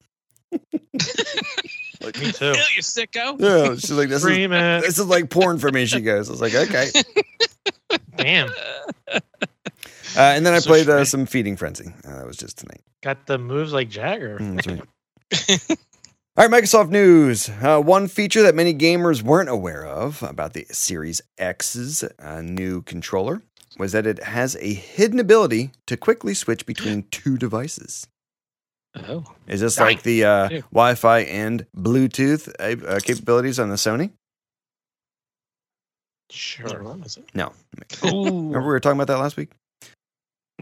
[SPEAKER 2] Me too.
[SPEAKER 6] Ew, you sicko.
[SPEAKER 7] Yeah, she's like, "This is
[SPEAKER 2] Scream it.
[SPEAKER 7] this is like porn for me. She goes, I was like, okay.
[SPEAKER 2] Damn.
[SPEAKER 7] Uh, and then I
[SPEAKER 6] So
[SPEAKER 7] played uh,
[SPEAKER 6] strange.
[SPEAKER 7] some Feeding Frenzy. Uh, that was just tonight.
[SPEAKER 2] Got the moves like Jagger.
[SPEAKER 7] Mm, that's right. All right, Microsoft News. Uh, one feature that many gamers weren't aware of about the Series X's uh, new controller was that it has a hidden ability to quickly switch between two devices.
[SPEAKER 6] Oh,
[SPEAKER 7] Is this like the uh,
[SPEAKER 6] Yeah.
[SPEAKER 7] Wi Fi and Bluetooth uh, uh, capabilities on the Sony?
[SPEAKER 6] not
[SPEAKER 2] Sure.
[SPEAKER 6] wrong, is it?
[SPEAKER 7] No. Remember
[SPEAKER 2] Ooh.
[SPEAKER 7] we were talking about that last week?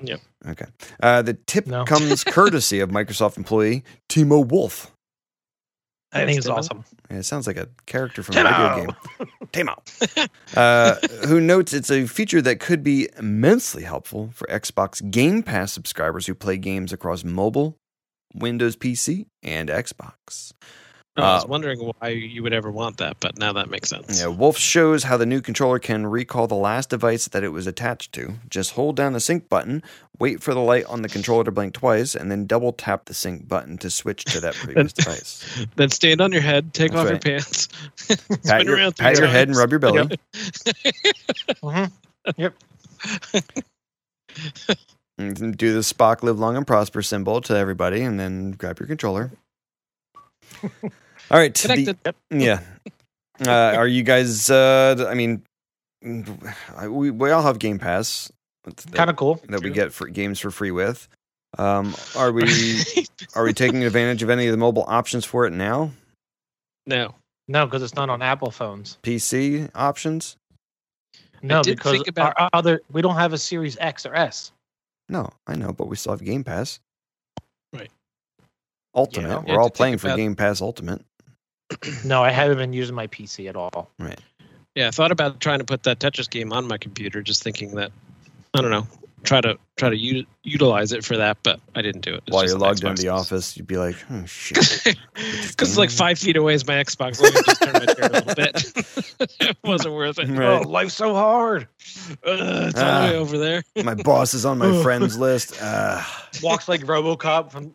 [SPEAKER 6] Yep.
[SPEAKER 7] Okay. Uh, the tip
[SPEAKER 2] No.
[SPEAKER 7] comes courtesy of Microsoft employee Timo Wolf.
[SPEAKER 2] I think it's
[SPEAKER 6] Timo.
[SPEAKER 2] awesome.
[SPEAKER 7] It sounds like a character from a video
[SPEAKER 2] Timo!
[SPEAKER 7] game. Timo. Uh, who notes it's a feature that could be immensely helpful for Xbox Game Pass subscribers who play games across mobile, Windows PC, and Xbox.
[SPEAKER 6] I was
[SPEAKER 7] Uh,
[SPEAKER 6] wondering why you would ever want that, but now that makes sense.
[SPEAKER 7] Yeah, Wolf shows how the new controller can recall the last device that it was attached to. Just hold down the sync button, wait for the light on the controller to blink twice, and then double tap the sync button to switch to that previous device.
[SPEAKER 6] Then stand on your head, take
[SPEAKER 7] That's
[SPEAKER 6] off your
[SPEAKER 7] right.
[SPEAKER 6] pants,
[SPEAKER 7] Pat
[SPEAKER 6] spin
[SPEAKER 7] your,
[SPEAKER 6] around three
[SPEAKER 7] pat your head and
[SPEAKER 6] times.
[SPEAKER 7] rub your belly.
[SPEAKER 2] Mm-hmm. Yep.
[SPEAKER 7] And then do the Spock live long and prosper symbol to everybody, and then grab your controller. All right. the-
[SPEAKER 6] Connected.
[SPEAKER 7] yeah. Uh, are you guys? Uh, I mean, I- we we all have Game Pass.
[SPEAKER 2] Kind of cool.
[SPEAKER 7] that we get for games for free with. Um, are we are we taking advantage of any of the mobile options for it now?
[SPEAKER 6] no.
[SPEAKER 2] No, because it's not on Apple phones.
[SPEAKER 7] PC options?
[SPEAKER 2] No,
[SPEAKER 6] did
[SPEAKER 2] because
[SPEAKER 6] think about-
[SPEAKER 2] our other we don't have a Series X or S.
[SPEAKER 7] No, I know, but we still have Game Pass.
[SPEAKER 6] Right.
[SPEAKER 7] Ultimate.
[SPEAKER 2] Yeah.
[SPEAKER 6] Yeah,
[SPEAKER 7] We're all
[SPEAKER 6] to think
[SPEAKER 7] playing for
[SPEAKER 6] about-
[SPEAKER 7] Game Pass Ultimate.
[SPEAKER 2] No, I haven't been using my PC at all.
[SPEAKER 6] Yeah, I thought about trying to put that Tetris game on my computer, just thinking that I don't know, try to try to u- utilize it for that, but I didn't do it.
[SPEAKER 7] While you're logged into the office, you'd be like, oh shit.
[SPEAKER 6] Because like five feet away is my Xbox. Let me just turn my chair a little bit. it wasn't worth it.
[SPEAKER 7] Right.
[SPEAKER 2] Oh, life's so hard.
[SPEAKER 6] Uh, it's all the
[SPEAKER 7] Ah.
[SPEAKER 6] way over there.
[SPEAKER 7] My boss is on my friends list. Uh.
[SPEAKER 2] Walks like RoboCop from.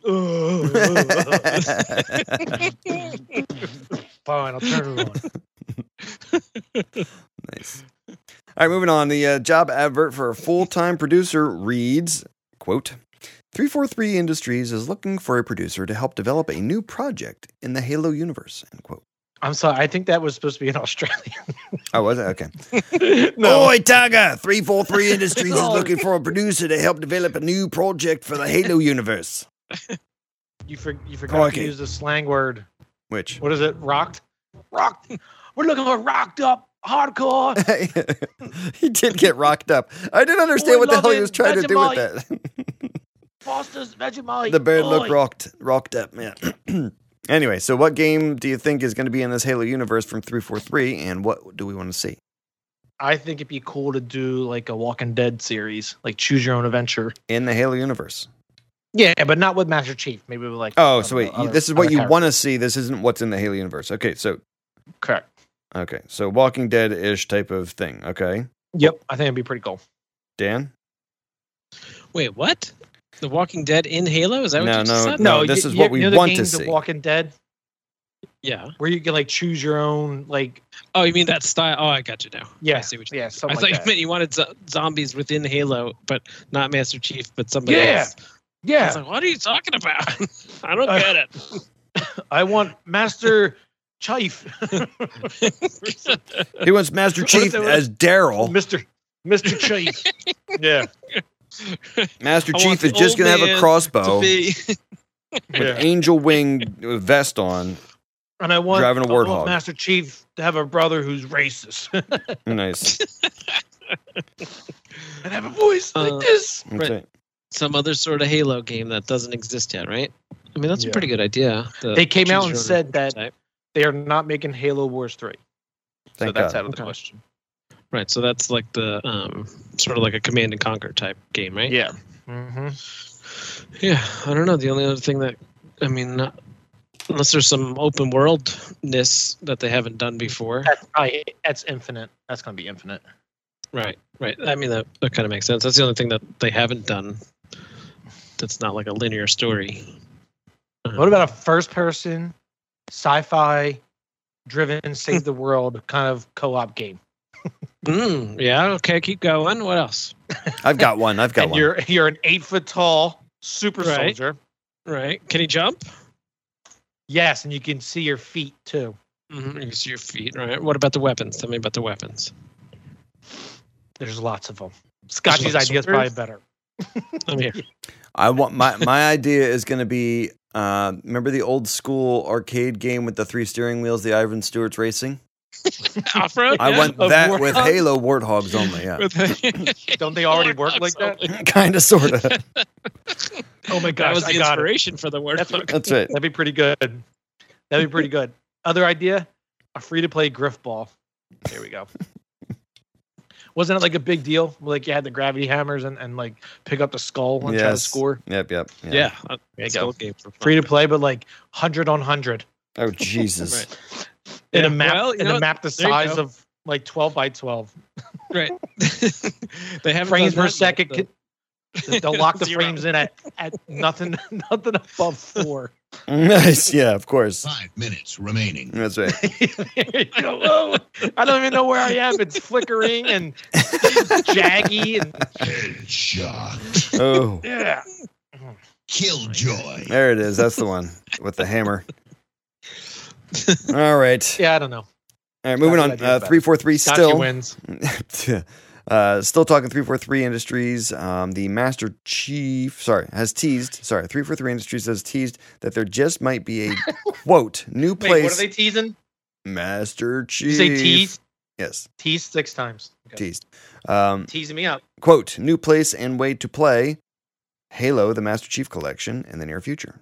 [SPEAKER 2] Fine, I'll turn it on.
[SPEAKER 7] Nice. All right, moving on. The uh, job advert for a full time producer reads quote, 343 Industries is looking for a producer to help develop a new project in the Halo universe. End quote.
[SPEAKER 2] I'm sorry. I think that was supposed to be in Australia.
[SPEAKER 7] Oh, was it? Okay. no. Oi, Tiger! 343 Industries is looking for a producer to help develop a new project for the Halo universe.
[SPEAKER 2] You, for, you forgot
[SPEAKER 7] Okay.
[SPEAKER 2] to use the slang word.
[SPEAKER 7] Which?
[SPEAKER 2] What is it? Rocked? Rocked. We're looking for rocked up hardcore.
[SPEAKER 7] he did get rocked up. I didn't understand
[SPEAKER 2] Oi,
[SPEAKER 7] what the hell he
[SPEAKER 2] Logan,
[SPEAKER 7] was trying to do with that.
[SPEAKER 2] Foster's Vegemite.
[SPEAKER 7] the bird looked
[SPEAKER 2] Oi.
[SPEAKER 7] rocked rocked up man anyway so what game do you think is going to be in this halo universe from 343 and what do we want to see
[SPEAKER 2] I think it'd be cool to do like a Walking Dead series, like choose your own adventure.
[SPEAKER 7] in the halo universe
[SPEAKER 2] Yeah, but not with Master Chief. Maybe with like.
[SPEAKER 7] oh
[SPEAKER 2] other-
[SPEAKER 7] so wait you,
[SPEAKER 2] other-
[SPEAKER 7] this is what
[SPEAKER 2] other
[SPEAKER 7] you
[SPEAKER 2] characters.
[SPEAKER 7] want to see this isn't what's in the halo universe okay so
[SPEAKER 2] Correct.
[SPEAKER 7] okay so walking dead ish type of thing okay
[SPEAKER 2] Yep. I think it'd be pretty cool.
[SPEAKER 7] dan
[SPEAKER 6] Wait, what? The Walking Dead in Halo? Is that what
[SPEAKER 7] No,
[SPEAKER 6] you just
[SPEAKER 7] no,
[SPEAKER 6] said?
[SPEAKER 7] no. this is what we
[SPEAKER 2] know the
[SPEAKER 7] want to
[SPEAKER 2] games of
[SPEAKER 7] see.
[SPEAKER 2] Walking Dead,
[SPEAKER 6] Yeah.
[SPEAKER 2] where you can like choose your own like
[SPEAKER 6] Oh, you mean that style? Oh, I got you now.
[SPEAKER 2] yeah,
[SPEAKER 6] I see what you.
[SPEAKER 2] yeah,
[SPEAKER 6] I
[SPEAKER 2] something
[SPEAKER 6] thought
[SPEAKER 2] like
[SPEAKER 6] you
[SPEAKER 2] that.
[SPEAKER 6] meant you wanted zo- zombies within Halo, but not Master Chief, but somebody
[SPEAKER 2] Yeah.
[SPEAKER 6] else. I was
[SPEAKER 2] yeah,
[SPEAKER 6] like, what are you talking about? I don't
[SPEAKER 2] Uh,
[SPEAKER 6] get it.
[SPEAKER 2] I want Master Chief,
[SPEAKER 7] he wants master
[SPEAKER 2] What if
[SPEAKER 7] chief
[SPEAKER 2] they would've-
[SPEAKER 7] as daryl
[SPEAKER 2] Mister Mister Chief. yeah,
[SPEAKER 7] master
[SPEAKER 6] I
[SPEAKER 7] chief
[SPEAKER 6] want
[SPEAKER 7] is
[SPEAKER 6] the
[SPEAKER 7] just
[SPEAKER 6] old
[SPEAKER 7] going to have
[SPEAKER 6] man
[SPEAKER 7] a crossbow
[SPEAKER 6] To be
[SPEAKER 7] with
[SPEAKER 2] yeah.
[SPEAKER 7] angel wing vest on
[SPEAKER 2] And I want,
[SPEAKER 7] Driving a
[SPEAKER 2] I want
[SPEAKER 7] warthog.
[SPEAKER 2] Master Chief to have a brother who's racist
[SPEAKER 7] nice
[SPEAKER 2] and have a voice
[SPEAKER 6] Uh,
[SPEAKER 2] like this.
[SPEAKER 7] That's
[SPEAKER 6] Right.
[SPEAKER 7] it.
[SPEAKER 6] some other sort of Halo game that doesn't exist yet, right? I mean, that's
[SPEAKER 2] Yeah.
[SPEAKER 6] a pretty good idea. The
[SPEAKER 2] They came out
[SPEAKER 6] choose your own
[SPEAKER 2] and said that
[SPEAKER 6] type.
[SPEAKER 2] they are not making Halo Wars three,
[SPEAKER 7] thank
[SPEAKER 2] so that's
[SPEAKER 7] god
[SPEAKER 2] out of the
[SPEAKER 6] Okay.
[SPEAKER 2] question.
[SPEAKER 6] Right, so that's like the um, sort of like a command and conquer type game, right?
[SPEAKER 2] Yeah. hmm
[SPEAKER 6] Yeah, I don't know. The only other thing that, I mean, not, unless there's some open worldness that they haven't done before.
[SPEAKER 2] That's, I, that's infinite. That's gonna be infinite.
[SPEAKER 6] Right, right. I mean, that, that kind of makes sense. That's the only thing that they haven't done. That's not like a linear story. Um,
[SPEAKER 2] What about a first person sci fi driven save the world kind of co op game?
[SPEAKER 6] Mm, yeah. Okay. Keep going. What else?
[SPEAKER 7] i've got one i've got
[SPEAKER 2] and
[SPEAKER 7] one
[SPEAKER 2] you're you're an eight foot tall super
[SPEAKER 6] Right.
[SPEAKER 2] soldier.
[SPEAKER 6] Right. Can he jump?
[SPEAKER 2] Yes, and you can see your feet too.
[SPEAKER 6] Mm-hmm. You can see your feet. Right. What about the weapons? Tell me about the weapons.
[SPEAKER 2] There's lots of them. Scotchy's
[SPEAKER 6] like
[SPEAKER 2] idea is probably
[SPEAKER 6] swords?
[SPEAKER 2] better.
[SPEAKER 6] I'm here.
[SPEAKER 7] I want my my idea is going to be. Uh, remember the old school arcade game with the three steering wheels, the Ivan Stewart's Racing?
[SPEAKER 6] Off road.
[SPEAKER 7] I want that with Halo Warthogs only. Yeah,
[SPEAKER 2] Don't they already work like that?
[SPEAKER 7] kind of, sort of.
[SPEAKER 2] Oh my
[SPEAKER 6] That
[SPEAKER 2] gosh,
[SPEAKER 6] was
[SPEAKER 2] I
[SPEAKER 6] the
[SPEAKER 2] got it.
[SPEAKER 6] inspiration for the word.
[SPEAKER 2] That's what-
[SPEAKER 7] That's right.
[SPEAKER 2] That'd be pretty good. That'd be pretty good. Other idea? A free to play griff ball. There we go. Wasn't it like a big deal? Like you had the gravity hammers and, and like pick up the skull and try to
[SPEAKER 7] Yes.
[SPEAKER 2] score.
[SPEAKER 7] Yep, yep.
[SPEAKER 6] Yeah. yeah.
[SPEAKER 2] you go.
[SPEAKER 6] Game for fun.
[SPEAKER 2] Free to play, but like hundred on hundred.
[SPEAKER 7] Oh Jesus!
[SPEAKER 6] Right.
[SPEAKER 2] in a
[SPEAKER 6] Yeah,
[SPEAKER 2] map
[SPEAKER 6] well, you
[SPEAKER 2] in
[SPEAKER 6] know,
[SPEAKER 2] a map the
[SPEAKER 6] there you
[SPEAKER 2] size
[SPEAKER 6] go.
[SPEAKER 2] of like 12 by 12
[SPEAKER 6] Right. they haven't
[SPEAKER 2] frames per
[SPEAKER 6] done that yet,
[SPEAKER 2] second
[SPEAKER 6] though.
[SPEAKER 2] can- they'll lock the
[SPEAKER 6] Zero.
[SPEAKER 2] frames in at, at nothing nothing above four
[SPEAKER 7] nice. Yeah, of course.
[SPEAKER 11] Five minutes remaining.
[SPEAKER 7] That's right.
[SPEAKER 2] There you go. Oh, i don't even know where i am it's flickering and jaggy and
[SPEAKER 11] Headshot.
[SPEAKER 7] Oh,
[SPEAKER 2] yeah
[SPEAKER 11] Killjoy.
[SPEAKER 7] there it is. That's the one with the hammer. All right.
[SPEAKER 2] yeah i don't know
[SPEAKER 7] All right. Moving
[SPEAKER 2] Got
[SPEAKER 7] on.
[SPEAKER 2] an idea
[SPEAKER 7] Uh,
[SPEAKER 2] about it.
[SPEAKER 7] three four three
[SPEAKER 2] Gotcha
[SPEAKER 7] still.
[SPEAKER 2] wins
[SPEAKER 7] uh, still talking 343 Industries. Um, the Master Chief, sorry, has teased, sorry, 343 Industries has teased that there just might be a quote, new
[SPEAKER 2] Wait,
[SPEAKER 7] place.
[SPEAKER 2] what are they teasing
[SPEAKER 7] Master Chief.
[SPEAKER 2] you say tease
[SPEAKER 7] Yes,
[SPEAKER 2] tease six times okay.
[SPEAKER 7] teased. Um,
[SPEAKER 2] teasing me up
[SPEAKER 7] quote, new place and way to play Halo, the Master Chief collection in the near future.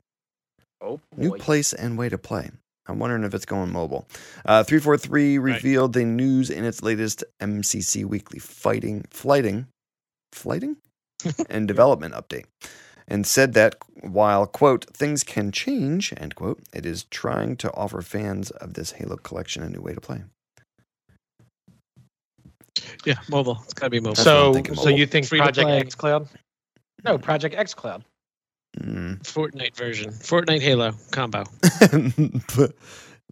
[SPEAKER 2] oh
[SPEAKER 7] New
[SPEAKER 2] boy.
[SPEAKER 7] place and way to play. I'm wondering if it's going mobile. Uh, 343
[SPEAKER 6] Right.
[SPEAKER 7] revealed the news in its latest MCC Weekly Fighting, Flighting, Flighting? and Development update and said that while, quote, things can change, end quote, it is trying to offer fans of this Halo collection a new way to play.
[SPEAKER 6] Yeah, mobile. It's gotta be mobile.
[SPEAKER 7] what I'm
[SPEAKER 2] so
[SPEAKER 7] thinking,
[SPEAKER 2] so
[SPEAKER 7] mobile.
[SPEAKER 2] you think
[SPEAKER 6] Free to
[SPEAKER 2] project
[SPEAKER 6] play.
[SPEAKER 2] x cloud no project x cloud
[SPEAKER 7] Mm.
[SPEAKER 6] Fortnite version. Fortnite Halo combo.
[SPEAKER 7] the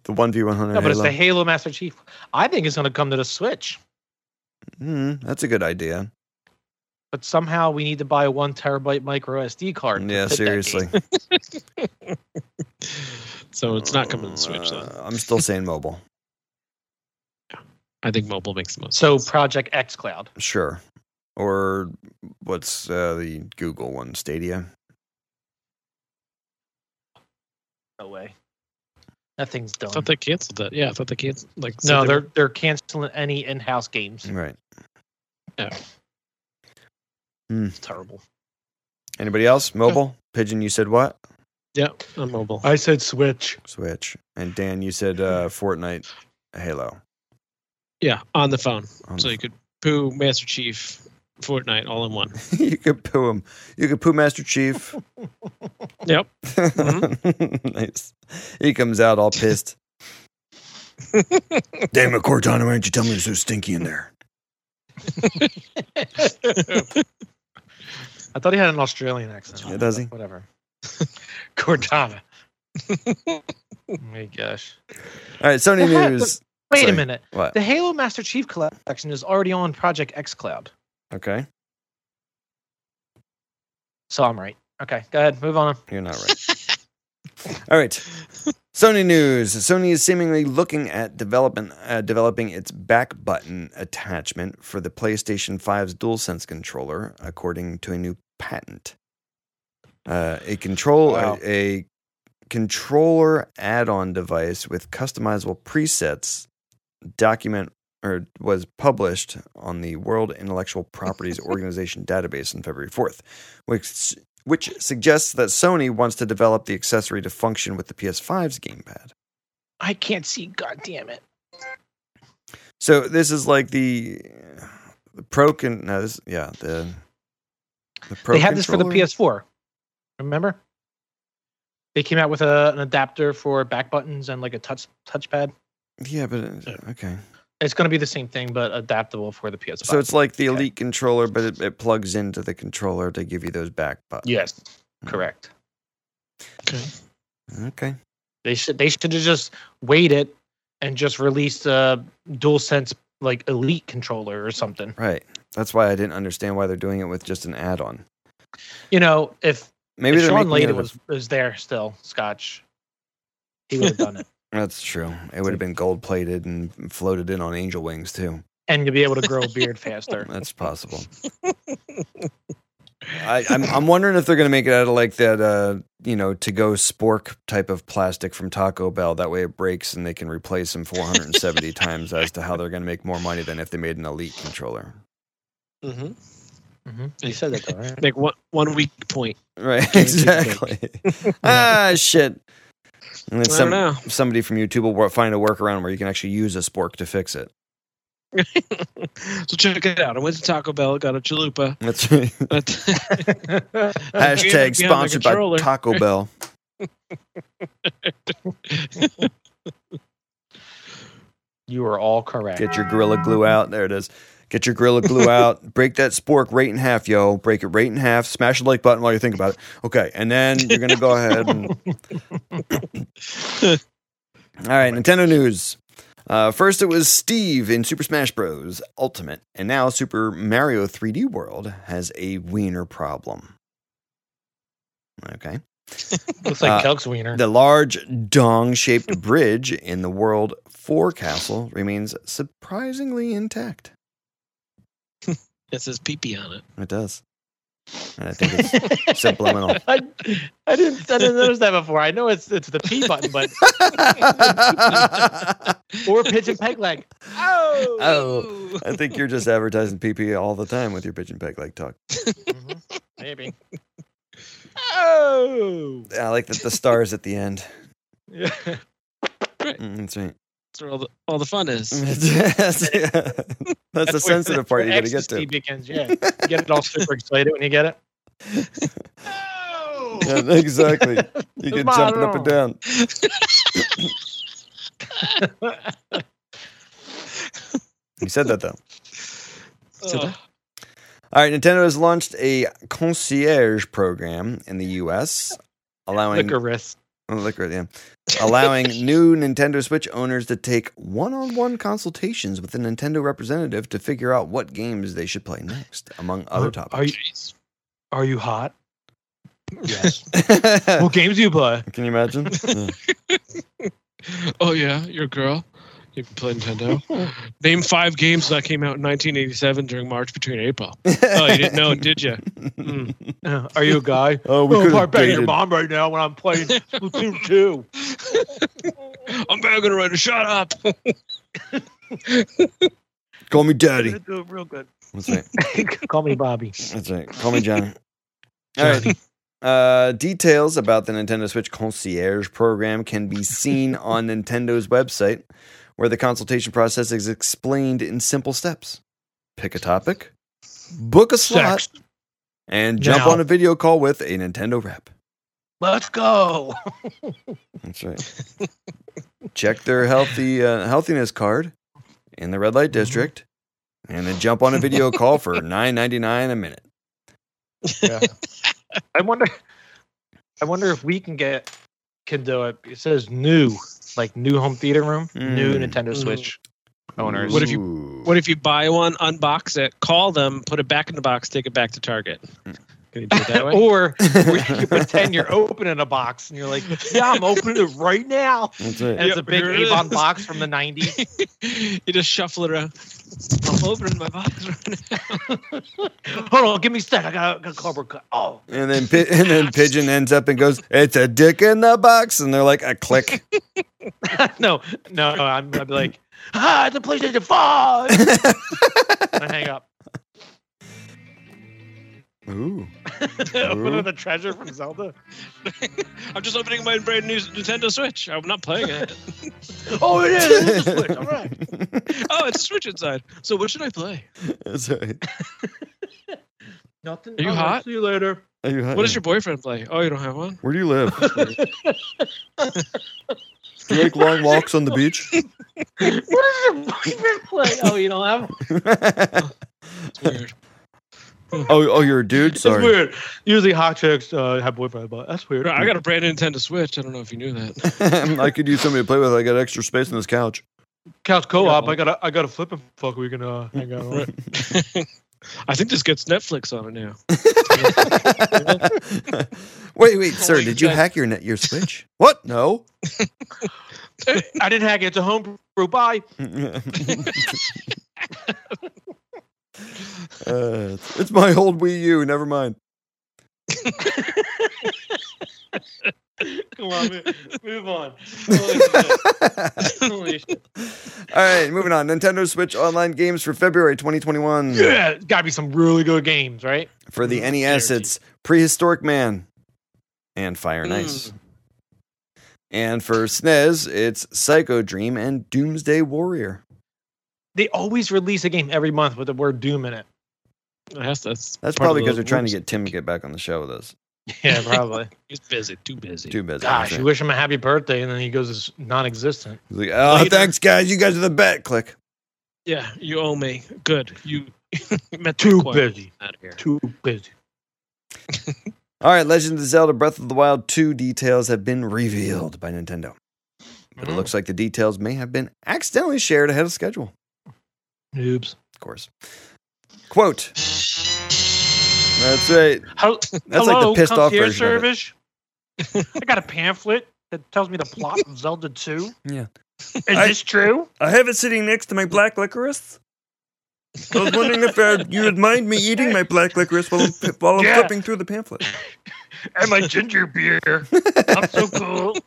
[SPEAKER 7] 1v100
[SPEAKER 2] no but it's
[SPEAKER 7] Halo.
[SPEAKER 2] the halo master chief i think it's going to come to the switch
[SPEAKER 7] Mm, that's a good idea.
[SPEAKER 2] but somehow we need to buy a one terabyte micro SD card. to
[SPEAKER 7] Yeah,
[SPEAKER 2] fit that
[SPEAKER 7] seriously.
[SPEAKER 2] game.
[SPEAKER 6] So it's not coming to Switch though.
[SPEAKER 7] Uh, I'm still saying mobile.
[SPEAKER 6] I think mobile makes the most
[SPEAKER 2] So
[SPEAKER 6] sense.
[SPEAKER 2] Project X Cloud.
[SPEAKER 7] Sure. Or what's uh, the Google one? Stadia?
[SPEAKER 2] No way. That thing's
[SPEAKER 6] I
[SPEAKER 2] done.
[SPEAKER 6] thought they canceled that. Yeah, I thought they canceled like said
[SPEAKER 2] no,
[SPEAKER 6] they
[SPEAKER 2] they're
[SPEAKER 6] were-
[SPEAKER 2] they're canceling any in-house
[SPEAKER 6] Hmm.
[SPEAKER 2] games.
[SPEAKER 7] Right.
[SPEAKER 2] It's terrible.
[SPEAKER 7] Anybody else? Mobile? Pigeon, you said what?
[SPEAKER 6] yeah, on mobile.
[SPEAKER 1] I said switch.
[SPEAKER 7] Switch. And Dan, you said
[SPEAKER 6] Hmm.
[SPEAKER 7] uh, Fortnite Halo. Um,
[SPEAKER 6] yeah, on the phone.
[SPEAKER 7] On
[SPEAKER 6] So
[SPEAKER 7] the-
[SPEAKER 6] you could poo Master Chief, Fortnite, all in one.
[SPEAKER 7] you could poo him. You could poo Master Chief.
[SPEAKER 6] Yep. Mm-hmm.
[SPEAKER 7] nice. He comes out all pissed. Damn it, Cortana, why didn't you tell me it was so stinky in there?
[SPEAKER 2] I thought he had an Australian accent.
[SPEAKER 7] Yeah, does he?
[SPEAKER 2] But Whatever. Cortana. oh my gosh.
[SPEAKER 7] All right, Sony
[SPEAKER 2] The heck-
[SPEAKER 7] News.
[SPEAKER 2] Wait
[SPEAKER 7] Sorry.
[SPEAKER 2] a minute.
[SPEAKER 7] What?
[SPEAKER 2] The Halo Master Chief collection is already on Project X Cloud.
[SPEAKER 7] Okay.
[SPEAKER 2] So I'm right. Okay, go ahead. Move on.
[SPEAKER 7] You're not right. All right. Sony news. Sony is seemingly looking at development, uh, developing its back button attachment for the PlayStation 5's DualSense controller, according to a new patent. Uh, a control,
[SPEAKER 4] Wow.
[SPEAKER 7] a, a controller add-on device with customizable presets document or was published on the World Intellectual Properties Organization database on February 4th, which which suggests that Sony wants to develop the accessory to function with the PS5's gamepad.
[SPEAKER 2] I can't see. God damn it.
[SPEAKER 7] So this is like the the Pro can no, this, yeah the the Pro.
[SPEAKER 2] they had this for the
[SPEAKER 7] controller?
[SPEAKER 2] PS4. Remember? They came out with a, an adapter for back buttons and like a touch touchpad.
[SPEAKER 7] Yeah, but it- okay.
[SPEAKER 2] It's going to be the same thing, but adaptable for the PS5.
[SPEAKER 7] So it's like the
[SPEAKER 2] Okay.
[SPEAKER 7] Elite controller, but it, it plugs into the controller to give you those back buttons.
[SPEAKER 2] yes,
[SPEAKER 7] Hmm.
[SPEAKER 2] correct.
[SPEAKER 6] Okay.
[SPEAKER 7] Okay.
[SPEAKER 2] They should they should have just waited and just released a DualSense like Elite controller or something.
[SPEAKER 7] Right. That's why I didn't understand why they're doing it with just an add-on.
[SPEAKER 2] You know, if,
[SPEAKER 7] Maybe
[SPEAKER 2] if
[SPEAKER 7] they're
[SPEAKER 2] Sean
[SPEAKER 7] making
[SPEAKER 2] Layden
[SPEAKER 7] it a-
[SPEAKER 2] was was there still, Scotch, he would have done it.
[SPEAKER 7] That's true. It would have been gold plated and floated in on angel wings too.
[SPEAKER 2] And to be able to grow a beard faster.
[SPEAKER 7] That's possible. I, I'm I'm wondering if they're going to make it out of like that, uh, you know, to go spork type of plastic from Taco Bell. That way it breaks and they can replace them 470 times as to how they're going to make more money than if they made an elite controller.
[SPEAKER 6] Mm-hmm.
[SPEAKER 2] hmm You said that though, right?
[SPEAKER 6] Make one one weak point.
[SPEAKER 7] Right?
[SPEAKER 6] Give me a
[SPEAKER 7] Exactly. ah, shit. And then
[SPEAKER 6] I
[SPEAKER 7] some,
[SPEAKER 6] don't know.
[SPEAKER 7] somebody from YouTube will wor- find a workaround where you can actually use a spork to fix it.
[SPEAKER 6] so check it out. I went to Taco Bell, got a chalupa.
[SPEAKER 7] That's right.
[SPEAKER 6] But
[SPEAKER 7] Hashtag sponsored by Taco Bell.
[SPEAKER 2] You are all correct.
[SPEAKER 7] Get your gorilla glue out. There it is. Get your gorilla glue out. Break that spork right in half, yo. Break it right in half. Smash the like button while you think about it. Okay, and then you're gonna go ahead. And... All right, Nintendo news. Uh, first, it was Steve in Super Smash Bros. Ultimate, and now Super Mario 3D World has a wiener problem. Okay.
[SPEAKER 2] Looks like
[SPEAKER 7] Uh,
[SPEAKER 2] Kelk's wiener.
[SPEAKER 7] The large dong shaped bridge in the World 4 castle remains surprisingly intact.
[SPEAKER 6] It says pee pee on it.
[SPEAKER 7] It does. And I think it's subliminal.
[SPEAKER 2] I, I didn't. I didn't notice that before. I know it's it's the P button, but or pigeon peg leg. Oh.
[SPEAKER 7] Oh, I think you're just advertising PP all the time with your pigeon peg leg talk.
[SPEAKER 2] Mhm, Maybe. Oh.
[SPEAKER 7] I like that the stars at the end.
[SPEAKER 2] Yeah.
[SPEAKER 7] Mm, that's right.
[SPEAKER 6] That's where all the all the fun is.
[SPEAKER 7] that's, that's the
[SPEAKER 2] where-
[SPEAKER 7] sensitive part
[SPEAKER 2] where
[SPEAKER 7] you got to get
[SPEAKER 2] ecstasy
[SPEAKER 7] to.
[SPEAKER 2] Begins. Yeah. You get it all super excited when you get it. Oh.
[SPEAKER 7] Yeah, exactly. You get jumping up and down. You said that though.
[SPEAKER 6] Ugh.
[SPEAKER 7] All right, Nintendo has launched a concierge program in the U.S. allowing
[SPEAKER 2] Licorice.
[SPEAKER 7] Oh, liquor, yeah. allowing new Nintendo Switch owners to take one-on-one consultations with a Nintendo representative to figure out what games they should play next, among other
[SPEAKER 2] Are-
[SPEAKER 7] topics.
[SPEAKER 2] Are you,
[SPEAKER 6] Jeez.
[SPEAKER 2] are you hot? Yes. what games do you play?
[SPEAKER 7] Can you imagine?
[SPEAKER 6] oh yeah, you're a girl. You can play Nintendo. Name five games that came out in 1987 during March between April. Oh, you didn't know, did you? Mm.
[SPEAKER 2] Uh, Are you a guy?
[SPEAKER 7] Oh, we
[SPEAKER 2] Oh,
[SPEAKER 7] could
[SPEAKER 2] I'm
[SPEAKER 7] have
[SPEAKER 2] banging your
[SPEAKER 7] dated.
[SPEAKER 2] mom right now when I'm playing Splatoon 2.
[SPEAKER 6] I'm back on the writer. Shut up.
[SPEAKER 7] Call me daddy.
[SPEAKER 2] do it real good.
[SPEAKER 7] That's right.
[SPEAKER 2] Call me Bobby.
[SPEAKER 7] That's right. Call me Johnny. All right. Uh, details about the Nintendo Switch concierge program can be seen on Nintendo's website, where the consultation process is explained in simple steps. Pick a topic, book a slot,
[SPEAKER 2] Sex.
[SPEAKER 7] and jump
[SPEAKER 2] Now.
[SPEAKER 7] on a video call with a Nintendo rep.
[SPEAKER 2] Let's go.
[SPEAKER 7] That's right. Check their healthy uh, healthiness card in the red
[SPEAKER 2] Mm-hmm.
[SPEAKER 7] light district, and then jump on a video call for nine ninety nine a minute.
[SPEAKER 2] I wonder. I wonder if we can get can do it. It says new, like new home theater room, new
[SPEAKER 7] Mm.
[SPEAKER 2] Nintendo
[SPEAKER 6] Mm.
[SPEAKER 2] Switch owners.
[SPEAKER 6] What if you-
[SPEAKER 7] Ooh.
[SPEAKER 6] What if you buy one, unbox it, call them, put it back in the box, take it back to Target? Can you do it that way?
[SPEAKER 2] or where you can pretend you're opening a box and you're like, yeah, I'm opening it right now.
[SPEAKER 7] That's right.
[SPEAKER 2] And it's a
[SPEAKER 6] Yep,
[SPEAKER 2] big
[SPEAKER 6] here it
[SPEAKER 2] Avon
[SPEAKER 6] is.
[SPEAKER 2] box from the 90s.
[SPEAKER 6] you just shuffle it around. I'm opening my box right now.
[SPEAKER 2] Hold on, give me a sec. I got a, got a cardboard cut. Oh,
[SPEAKER 7] And then Pi- and then Pigeon ends up and goes, "It's a dick in the box," and they're like, "A click."
[SPEAKER 2] no, no, no I'm, I'd be like, ah, it's a PlayStation 5. and I hang up.
[SPEAKER 7] Ooh,
[SPEAKER 2] Open the treasure from Zelda.
[SPEAKER 6] I'm just opening my brand new Nintendo Switch. I'm not playing it.
[SPEAKER 2] Oh, it is. it is a Switch. All right.
[SPEAKER 6] oh, it's a Switch inside. So what should I play?
[SPEAKER 7] that's right.
[SPEAKER 2] Nothing.
[SPEAKER 6] Are you
[SPEAKER 2] All right,
[SPEAKER 6] hot?
[SPEAKER 2] See you later.
[SPEAKER 7] Are you
[SPEAKER 6] What does your boyfriend play? Oh, you don't have one?
[SPEAKER 7] Where do you live? do you like long walks on the beach?
[SPEAKER 2] What is your boyfriend play? Oh, you don't have.
[SPEAKER 7] oh,
[SPEAKER 6] It's weird.
[SPEAKER 7] oh, you're a dude. Sorry.
[SPEAKER 2] It's weird. Usually hot chicks uh, have boyfriends, but that's weird.
[SPEAKER 6] I got a brand new Nintendo Switch. I don't know if you knew that.
[SPEAKER 7] I could use somebody to play with. I got extra space on this couch.
[SPEAKER 2] couch co-op.
[SPEAKER 6] Yeah.
[SPEAKER 2] I got a I got a flip and fuck. We can uh, hang out. Right?
[SPEAKER 6] I think this gets Netflix on it now.
[SPEAKER 7] wait, wait, sir,
[SPEAKER 6] my
[SPEAKER 7] did you
[SPEAKER 6] God.
[SPEAKER 7] hack your net your switch? What? No.
[SPEAKER 2] I didn't hack it. It's a homebrew. Bye.
[SPEAKER 7] uh, it's my old Wii U. Never mind.
[SPEAKER 2] Come on, move, move on. Holy shit.
[SPEAKER 7] All right, moving on. Nintendo Switch online games for February 2021.
[SPEAKER 2] Yeah, it's got to be some really good games, right?
[SPEAKER 7] For the
[SPEAKER 6] Mm,
[SPEAKER 7] NES,
[SPEAKER 6] guaranteed.
[SPEAKER 7] it's Prehistoric Man and Fire
[SPEAKER 2] Mm.
[SPEAKER 7] and Ice. And for SNES, it's Psycho Dream and Doomsday Warrior.
[SPEAKER 2] They always release a game every month with the word Doom in it.
[SPEAKER 6] That's, that's
[SPEAKER 7] That's
[SPEAKER 6] part of
[SPEAKER 7] probably because
[SPEAKER 6] the
[SPEAKER 7] they're trying to
[SPEAKER 6] rules.
[SPEAKER 7] get Tim to get back on the show with us.
[SPEAKER 2] Yeah, probably.
[SPEAKER 6] He's busy, too busy.
[SPEAKER 7] Too busy.
[SPEAKER 2] Gosh,
[SPEAKER 7] that's
[SPEAKER 2] you
[SPEAKER 7] it.
[SPEAKER 2] wish him a happy birthday, and then he goes non-existent.
[SPEAKER 7] He's like, oh,
[SPEAKER 2] Later.
[SPEAKER 7] thanks, guys. You guys are the bet. Click.
[SPEAKER 6] Yeah, you owe me. Good. You met
[SPEAKER 2] Too busy.
[SPEAKER 6] Out here.
[SPEAKER 2] Too busy.
[SPEAKER 7] All right, Legend of Zelda Breath of the Wild 2 details have been revealed by Nintendo. But it
[SPEAKER 2] Mm.
[SPEAKER 7] looks like the details may have been accidentally shared ahead of schedule,
[SPEAKER 2] Oops.
[SPEAKER 7] of course. Quote. That's right.
[SPEAKER 2] Hel-
[SPEAKER 7] That's like
[SPEAKER 2] Hello,
[SPEAKER 7] the pissed off
[SPEAKER 2] concierge
[SPEAKER 7] version. Of it.
[SPEAKER 2] service? I got a pamphlet that tells me the plot of Zelda 2.
[SPEAKER 7] Yeah.
[SPEAKER 2] Is
[SPEAKER 7] I-
[SPEAKER 2] this true?
[SPEAKER 7] I have it sitting next to my black licorice. I was wondering if uh, you would mind me eating my black licorice while I'm, while I'm
[SPEAKER 2] Yeah.
[SPEAKER 7] flipping through the pamphlet.
[SPEAKER 2] And my ginger beer. I'm so cool.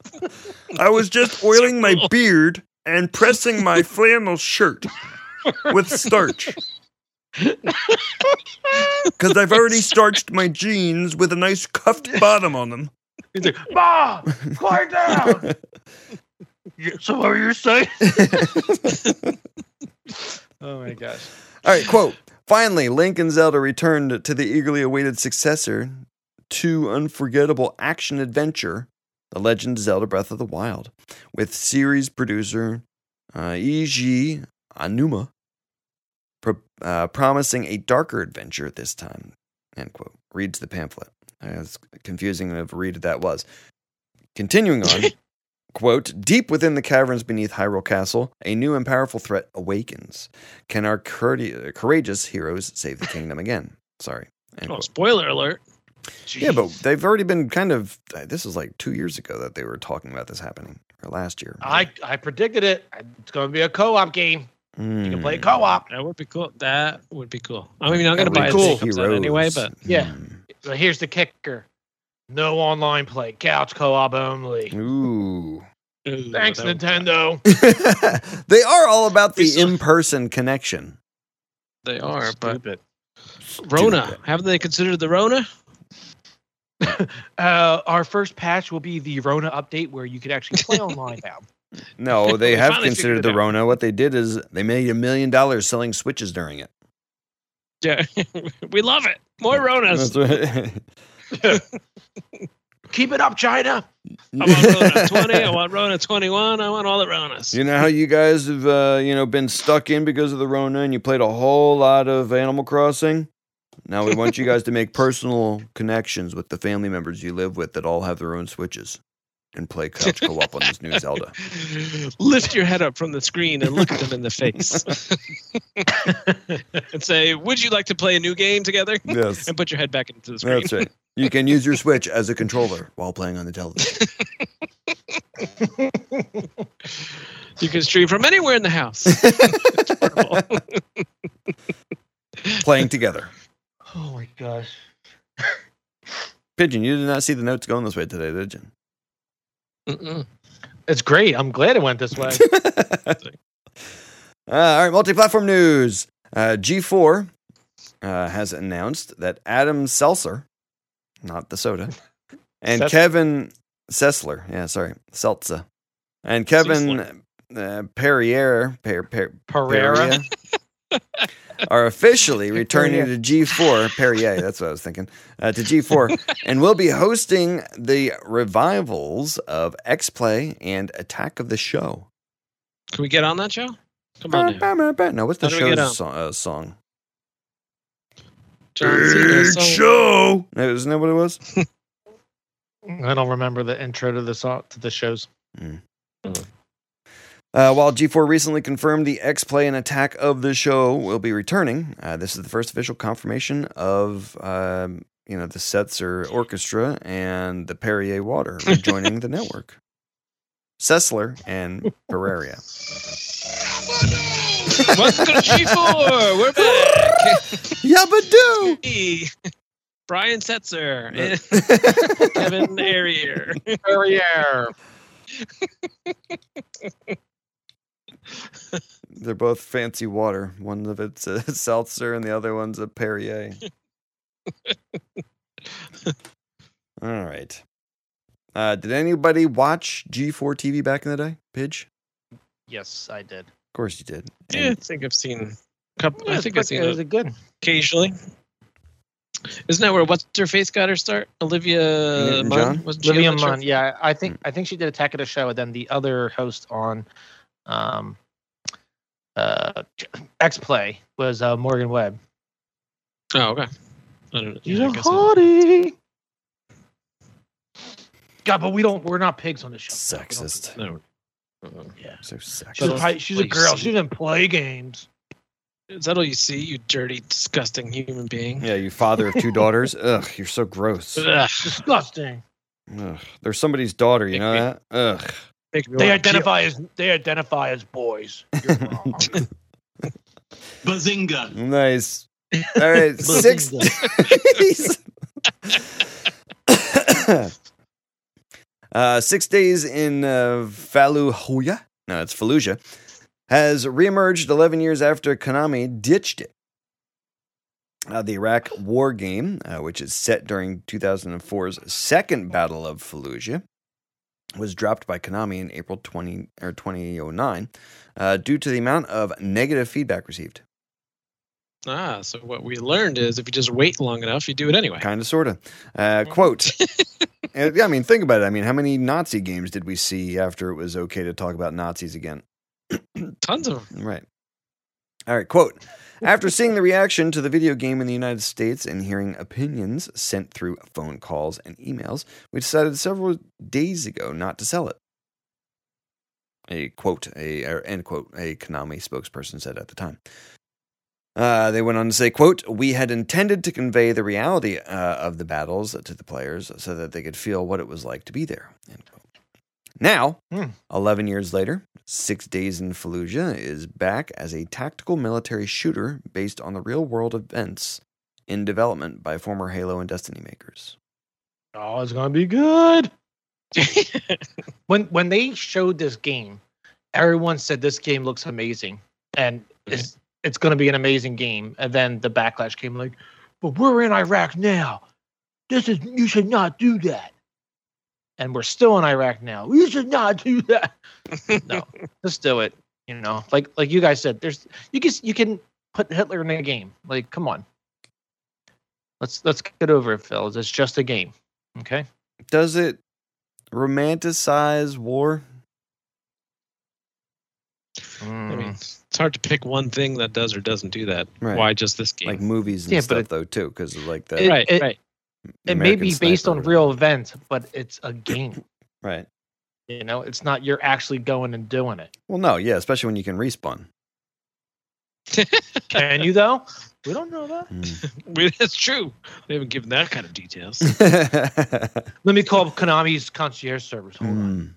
[SPEAKER 7] I was just oiling my beard and pressing my flannel shirt with starch. Because I've already starched my jeans with a nice cuffed bottom on them.
[SPEAKER 2] He's like, Ma, quiet down. You- so what were you saying? oh my gosh.
[SPEAKER 7] All right, quote. Finally, Link and Zelda returned to the eagerly awaited successor to unforgettable action adventure, The Legend of Zelda Breath of the Wild, with series producer uh, Eiji Anuma pro- uh, promising a darker adventure this time. End quote. Reads the pamphlet. As confusing of a read that was. Continuing on, quote, deep within the caverns beneath Hyrule Castle, a new and powerful threat awakens. Can our courte- courageous heroes save the kingdom again? Sorry. End
[SPEAKER 6] Oh,
[SPEAKER 7] quote.
[SPEAKER 6] spoiler alert.
[SPEAKER 7] Yeah, but they've already been kind of. uh, This was like two years ago that they were talking about this happening, or last year.
[SPEAKER 2] I, I predicted it. It's going to be a co op game. You can play
[SPEAKER 7] Mm.
[SPEAKER 2] co op.
[SPEAKER 6] That would be cool. That would be cool. I mean, I'm
[SPEAKER 7] That
[SPEAKER 6] gonna
[SPEAKER 7] would be
[SPEAKER 6] buy
[SPEAKER 2] cool.
[SPEAKER 6] it when it comes out anyway. But
[SPEAKER 2] Yeah.
[SPEAKER 7] Mm.
[SPEAKER 2] But here's the kicker no online play, couch co op only.
[SPEAKER 7] Hmm. Ooh.
[SPEAKER 6] Ooh,
[SPEAKER 2] Thanks,
[SPEAKER 6] that would-
[SPEAKER 2] Nintendo.
[SPEAKER 7] they are all about
[SPEAKER 6] We
[SPEAKER 7] the
[SPEAKER 6] saw-
[SPEAKER 7] in-person connection.
[SPEAKER 6] They are, but
[SPEAKER 2] Stupid.
[SPEAKER 6] Rona. Haven't they considered the Rona?
[SPEAKER 2] Uh, our first patch will be the Rona update where you could actually play online now.
[SPEAKER 7] No, they
[SPEAKER 6] We
[SPEAKER 7] have
[SPEAKER 6] finally
[SPEAKER 7] considered
[SPEAKER 6] figured
[SPEAKER 7] the
[SPEAKER 6] it out.
[SPEAKER 7] Rona. What they did is they made a million dollars selling switches during it.
[SPEAKER 6] Yeah, we love it. More Ronas.
[SPEAKER 7] right.
[SPEAKER 2] Keep it up, China.
[SPEAKER 6] I want Rona 20. I want Rona 21. I want all the Ronas.
[SPEAKER 7] You know how you guys have uh, you know been stuck in because of the Rona, and you played a whole lot of Animal Crossing. Now we want you guys to make personal connections with the family members you live with that all have their own switches, and play couch co-op on this new Zelda.
[SPEAKER 6] Lift your head up from the screen and look at them in the face and say, Would you like to play a new game together?
[SPEAKER 7] Yes,
[SPEAKER 6] And put your head back into the screen.
[SPEAKER 7] right. You can use your Switch as a controller while playing on the television.
[SPEAKER 6] You can stream from anywhere in the house.
[SPEAKER 7] playing together.
[SPEAKER 2] Oh my gosh.
[SPEAKER 7] Pigeon, you did not see the notes going this way today, did you?
[SPEAKER 6] Mm-mm.
[SPEAKER 2] It's great. I'm glad it went this way.
[SPEAKER 7] uh, all right, multi-platform news. Uh, G4 uh, has announced that Adam Seltzer, not the soda, and
[SPEAKER 2] Sess-
[SPEAKER 7] Kevin Sessler, yeah, sorry, Seltzer, and Kevin uh, Perrier, per, per,
[SPEAKER 2] Pereira.
[SPEAKER 7] Perrier, are officially returning to G4 Perrier. That's what I was thinking. Uh, to G4, and will be hosting the revivals of X Play and Attack of the Show.
[SPEAKER 6] Can we get on that show? Come on now.
[SPEAKER 7] No, what's the
[SPEAKER 6] How do we get
[SPEAKER 7] show's
[SPEAKER 6] up?
[SPEAKER 7] so- uh, song?
[SPEAKER 6] John Cena's song.
[SPEAKER 7] show. Isn't that what it was?
[SPEAKER 2] I don't remember the intro to the song to the shows.
[SPEAKER 7] Uh, while G4 recently confirmed the X Play and Attack of the Show will be returning, uh, this is the first official confirmation of um, you know the Setzer Orchestra and the Perrier Water rejoining the network. Sessler and Pereira.
[SPEAKER 6] Welcome to G4. We're back.
[SPEAKER 7] Yabadoo!
[SPEAKER 6] Hey, Brian Setzer and Kevin Harrier.
[SPEAKER 2] Perrier.
[SPEAKER 7] They're both fancy water. One of it's a seltzer and the other one's a Perrier. All right. Uh, did anybody watch G4 TV back in the day? Pidge?
[SPEAKER 2] Yes, I did.
[SPEAKER 7] Of course you did.
[SPEAKER 6] Yeah, I think I've seen. a Couple, I think I've
[SPEAKER 2] it
[SPEAKER 6] seen
[SPEAKER 2] was
[SPEAKER 6] it
[SPEAKER 2] good.
[SPEAKER 6] occasionally. Isn't that where what's her face got her start? Olivia
[SPEAKER 7] Newton-John?
[SPEAKER 6] Munn? Wasn't she on
[SPEAKER 2] Olivia
[SPEAKER 6] that show?
[SPEAKER 2] Munn. Yeah, I
[SPEAKER 6] Mm.
[SPEAKER 2] think I think she did Attack of the Show, and then the other host on um, uh, X Play was uh, Morgan Webb.
[SPEAKER 6] Oh, okay. I don't know.
[SPEAKER 2] She's
[SPEAKER 6] Yeah, I
[SPEAKER 2] a
[SPEAKER 6] guess I-
[SPEAKER 2] hottie. God, but we don't. We're not pigs on the show.
[SPEAKER 7] Sexist.
[SPEAKER 6] No.
[SPEAKER 2] Yeah.
[SPEAKER 7] So sexist.
[SPEAKER 2] She's, a,
[SPEAKER 6] That's
[SPEAKER 2] pi- she's a
[SPEAKER 6] what you
[SPEAKER 2] girl.
[SPEAKER 6] see.
[SPEAKER 2] She doesn't play games.
[SPEAKER 6] Is that all you see, you dirty, disgusting human being?
[SPEAKER 7] Yeah, you father of two daughters. Ugh, you're so gross.
[SPEAKER 6] Ugh,
[SPEAKER 2] Disgusting.
[SPEAKER 7] Ugh. They're somebody's daughter, you know that? Ugh.
[SPEAKER 6] make me
[SPEAKER 2] They
[SPEAKER 6] wanna
[SPEAKER 2] identify as they identify as boys. You're wrong.
[SPEAKER 11] Bazinga.
[SPEAKER 7] Nice. All right, six days. uh, six days in uh, Fallujah. No, it's Fallujah. Has reemerged 11 years after Konami ditched it. Uh, the Iraq War game, uh, which is set during 2004's second Battle of Fallujah, was dropped by Konami in April 20 or 2009 uh, due to the amount of negative feedback received.
[SPEAKER 6] kill- Ah, so what we learned is if you just wait long enough, you do it anyway.
[SPEAKER 7] Kind of, sort of. Uh,
[SPEAKER 6] Mm-hmm.
[SPEAKER 7] quote. Uh, yeah, I mean, think about it. I mean, how many Nazi games did we see after it was okay to talk about Nazis again?
[SPEAKER 6] Tons of
[SPEAKER 7] Right. All right, quote. After seeing the reaction to the video game in the United States and hearing opinions sent through phone calls and emails, we decided several days ago not to sell it. A quote, a or end quote, a Konami spokesperson said at the time. Uh, they went on to say, quote, we had intended to convey the reality uh, of the battles to the players so that they could feel what it was like to be there. End quote. Now,
[SPEAKER 2] Hmm.
[SPEAKER 7] 11 years later, Six Days in Fallujah is back as a tactical military shooter based on the real world events in development by former Halo and Destiny makers.
[SPEAKER 2] Oh, it's gonna be good. when when they showed this game, everyone said this game looks amazing, and it's it's gonna be an amazing game. And then the backlash came, like, but we're in Iraq now. This is you should not do that. And we're still in Iraq now. You should not do that. no, let's do it. You know, like like you guys said, there's you can you can put Hitler in a game. Like, come on. Let's let's get over it, fellas. It's just a game. Okay.
[SPEAKER 7] Does it romanticize war?
[SPEAKER 6] I mean,
[SPEAKER 2] Mm.
[SPEAKER 6] it's hard to pick one thing that does or doesn't do that.
[SPEAKER 7] Right.
[SPEAKER 6] Why just this game?
[SPEAKER 7] Like movies and
[SPEAKER 2] Yeah, but
[SPEAKER 7] stuff,
[SPEAKER 2] it-
[SPEAKER 7] though, too, because like the
[SPEAKER 2] it-
[SPEAKER 6] right, right.
[SPEAKER 2] it may
[SPEAKER 7] American
[SPEAKER 2] be based
[SPEAKER 7] Sniper
[SPEAKER 2] on
[SPEAKER 7] or-
[SPEAKER 2] real events, but it's a game.
[SPEAKER 7] Right.
[SPEAKER 2] You know, it's not you're actually going and doing it.
[SPEAKER 7] Well, no, yeah, especially when you can respawn.
[SPEAKER 2] Can you though? We don't know that.
[SPEAKER 6] We- That's true. They haven't given that kind of details.
[SPEAKER 2] Let me call Konami's concierge service. Hold on.
[SPEAKER 7] Mm.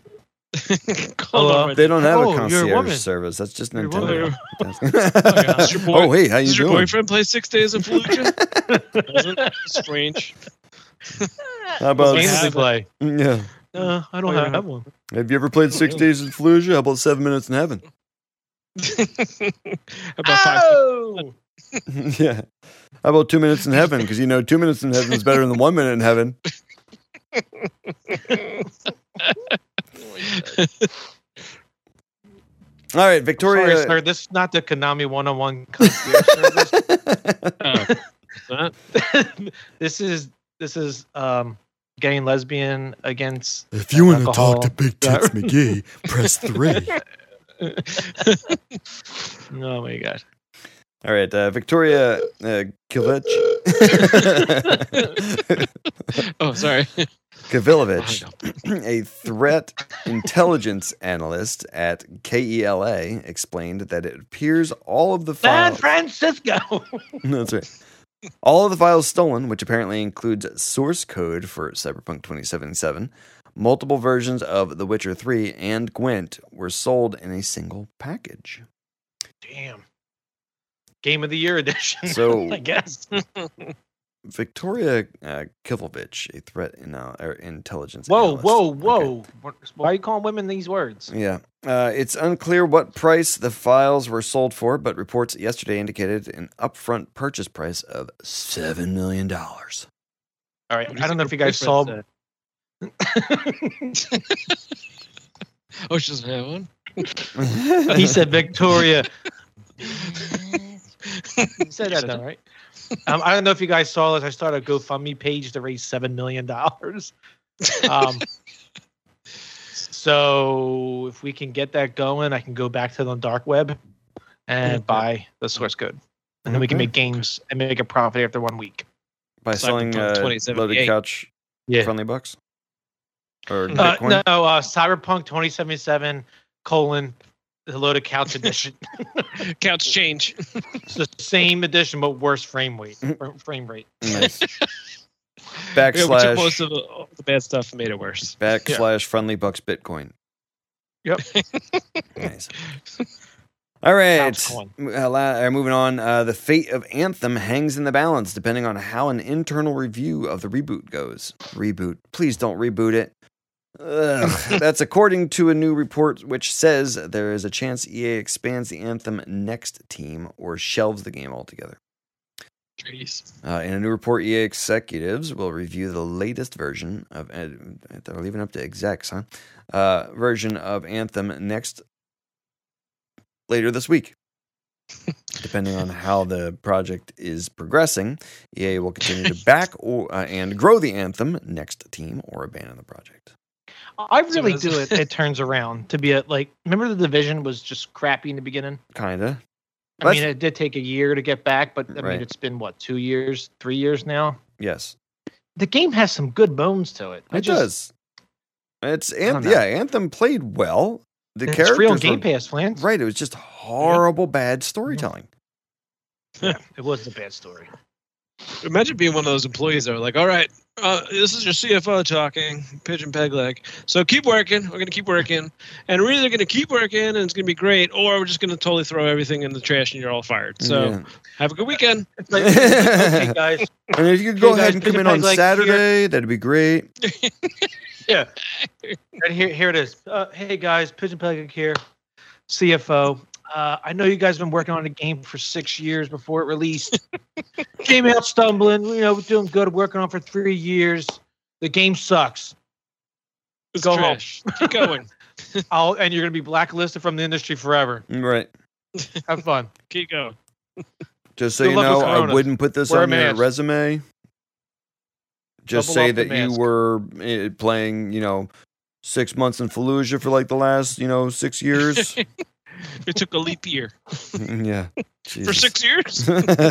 [SPEAKER 6] Call
[SPEAKER 2] Hello?
[SPEAKER 6] over-
[SPEAKER 7] They don't have
[SPEAKER 2] Oh,
[SPEAKER 7] a
[SPEAKER 2] you're a
[SPEAKER 7] concierge
[SPEAKER 2] woman.
[SPEAKER 7] service. That's just
[SPEAKER 2] You're a
[SPEAKER 7] Nintendo.
[SPEAKER 2] woman.
[SPEAKER 6] That's your boy-
[SPEAKER 7] oh, hey, how you
[SPEAKER 6] Does your
[SPEAKER 7] doing?
[SPEAKER 6] boyfriend play Six Days in Fallujah? Doesn't? Strange.
[SPEAKER 7] How about
[SPEAKER 2] Games we
[SPEAKER 6] have it.
[SPEAKER 2] play.
[SPEAKER 7] yeah?
[SPEAKER 2] Uh, I don't
[SPEAKER 6] Oh,
[SPEAKER 2] have
[SPEAKER 6] yeah.
[SPEAKER 2] one.
[SPEAKER 7] Have you ever played
[SPEAKER 2] Oh,
[SPEAKER 7] Six Days in Fallujah? How about Seven Minutes in Heaven?
[SPEAKER 6] About five.
[SPEAKER 2] Oh!
[SPEAKER 7] yeah. How about two minutes in heaven? Because you know, two minutes in heaven is better than one minute in heaven. All right, Victoria.
[SPEAKER 2] Sorry, sir. This is not the Konami one-on-one concierge service.
[SPEAKER 6] Oh, it's not?
[SPEAKER 2] this is this is um gay and lesbian against
[SPEAKER 1] If you want to
[SPEAKER 2] Alcohol.
[SPEAKER 1] talk to Big Tits McGee, press three.
[SPEAKER 2] oh my god
[SPEAKER 7] All right, uh, Victoria uh, Kilich.
[SPEAKER 6] oh, sorry.
[SPEAKER 7] Kavilovich, a threat intelligence analyst at KELA, explained that it appears all of the
[SPEAKER 2] san
[SPEAKER 7] files.
[SPEAKER 2] francisco
[SPEAKER 7] That's right. All of the files stolen, which apparently includes source code for Cyberpunk 2077, multiple versions of The Witcher 3 and Gwent, were sold in a single package.
[SPEAKER 2] damn game of the year edition
[SPEAKER 7] So-
[SPEAKER 2] i guess
[SPEAKER 7] Victoria uh, Kivlovich, a threat in uh, or intelligence.
[SPEAKER 2] Whoa,
[SPEAKER 7] analyst.
[SPEAKER 2] whoa,
[SPEAKER 7] Okay.
[SPEAKER 2] whoa. What- Why are you calling women these words?
[SPEAKER 7] Yeah. Uh, it's unclear what price the files were sold for, but reports yesterday indicated an upfront purchase price of $7 million.
[SPEAKER 2] All right. I don't know if you guys saw.
[SPEAKER 6] Oh, she doesn't have one.
[SPEAKER 2] he said Victoria. He said that, though, right? Um, I don't know if you guys saw this. I started a GoFundMe page to raise seven million dollars. Um, so if we can get that going, I can go back to the dark web and buy the source code, and then we can
[SPEAKER 7] Okay.
[SPEAKER 2] make games and make a profit after one week.
[SPEAKER 7] by selling
[SPEAKER 6] Cyberpunk
[SPEAKER 7] uh,
[SPEAKER 6] 2078.
[SPEAKER 7] loaded couch
[SPEAKER 2] Yeah.
[SPEAKER 7] friendly bucks or
[SPEAKER 2] Uh,
[SPEAKER 7] Bitcoin.
[SPEAKER 2] no, uh, Cyberpunk 2077 colon the loaded couch edition.
[SPEAKER 6] Couch change.
[SPEAKER 2] it's the same edition but worse frame rate. Frame rate.
[SPEAKER 7] Nice.
[SPEAKER 6] Yeah, we took
[SPEAKER 7] Backslash
[SPEAKER 6] most of the, all the bad stuff and made it worse.
[SPEAKER 7] backslash friendly bucks Bitcoin.
[SPEAKER 2] Yep.
[SPEAKER 7] Nice. All right.
[SPEAKER 2] Couch coin.
[SPEAKER 7] Uh, la- uh, moving on. Uh, the fate of Anthem hangs in the balance depending on how an internal review of the reboot goes. Reboot. Please don't reboot it. Ugh. That's according to a new report which says there is a chance EA expands the Anthem next team or shelves the game altogether.
[SPEAKER 6] Jeez.
[SPEAKER 7] Uh, in a new report, EA executives will review the latest version of. Uh, they're leaving up to execs, huh? Uh, version of Anthem next later this week. Depending on how the project is progressing, EA will continue to back or, uh, and grow the Anthem next team or abandon the project.
[SPEAKER 2] I really
[SPEAKER 6] So
[SPEAKER 2] do
[SPEAKER 6] that's-
[SPEAKER 2] it. It turns around to be a, like, remember the division was just crappy in the beginning?
[SPEAKER 7] Kinda.
[SPEAKER 2] I
[SPEAKER 7] That's-
[SPEAKER 2] mean, it did take a year to get back, but I
[SPEAKER 7] Right.
[SPEAKER 2] mean, it's been what, two years, three years now?
[SPEAKER 7] Yes,
[SPEAKER 2] The game has some good bones to it. I
[SPEAKER 7] it
[SPEAKER 2] just-
[SPEAKER 7] does. It's
[SPEAKER 2] don't
[SPEAKER 7] Anth-
[SPEAKER 2] know.
[SPEAKER 7] yeah, Anthem played well. The
[SPEAKER 2] It's
[SPEAKER 7] characters
[SPEAKER 2] free on
[SPEAKER 7] were-
[SPEAKER 2] Game Pass, Lance.
[SPEAKER 7] right. It was just horrible, bad storytelling.
[SPEAKER 2] It was a bad story.
[SPEAKER 6] Imagine being one of those employees that are like, all right, uh, this is your CFO talking, pigeon peg leg. So keep working. We're going to keep working. And we're either going to keep working and it's going to be great, or we're just going to totally throw everything in the trash and you're all fired. So
[SPEAKER 7] Yeah.
[SPEAKER 6] have a good weekend.
[SPEAKER 2] It's like, okay, guys.
[SPEAKER 7] And if you could go
[SPEAKER 2] Hey,
[SPEAKER 7] ahead
[SPEAKER 2] guys,
[SPEAKER 7] and
[SPEAKER 2] could
[SPEAKER 7] come
[SPEAKER 2] you
[SPEAKER 7] in on
[SPEAKER 2] guys, like, here-
[SPEAKER 7] Saturday, that'd be great.
[SPEAKER 2] Yeah. Right here, here it is. Uh, hey guys, Pigeon Pelican here, CFO. Uh, I know you guys have been working on a game for six years before it released. Came out stumbling, you know, doing good, working on for three years. The game sucks.
[SPEAKER 6] It's
[SPEAKER 2] Go home.
[SPEAKER 6] trash. Keep going.
[SPEAKER 2] I'll, and you're gonna be blacklisted from the industry forever.
[SPEAKER 7] Right.
[SPEAKER 2] Have fun.
[SPEAKER 6] Keep going.
[SPEAKER 7] Just so
[SPEAKER 2] Good
[SPEAKER 7] you
[SPEAKER 2] luck
[SPEAKER 7] know,
[SPEAKER 2] with
[SPEAKER 7] I
[SPEAKER 2] Corona.
[SPEAKER 7] wouldn't put this
[SPEAKER 2] Wear a
[SPEAKER 7] on your
[SPEAKER 2] mask.
[SPEAKER 7] resume. Just
[SPEAKER 2] Double
[SPEAKER 7] say
[SPEAKER 2] up the
[SPEAKER 7] that you
[SPEAKER 2] mask.
[SPEAKER 7] were eh, playing, you know, six months in Fallujah for like the last, you know, six years.
[SPEAKER 6] It took a leap year
[SPEAKER 7] yeah.
[SPEAKER 6] for six
[SPEAKER 7] years.
[SPEAKER 6] years.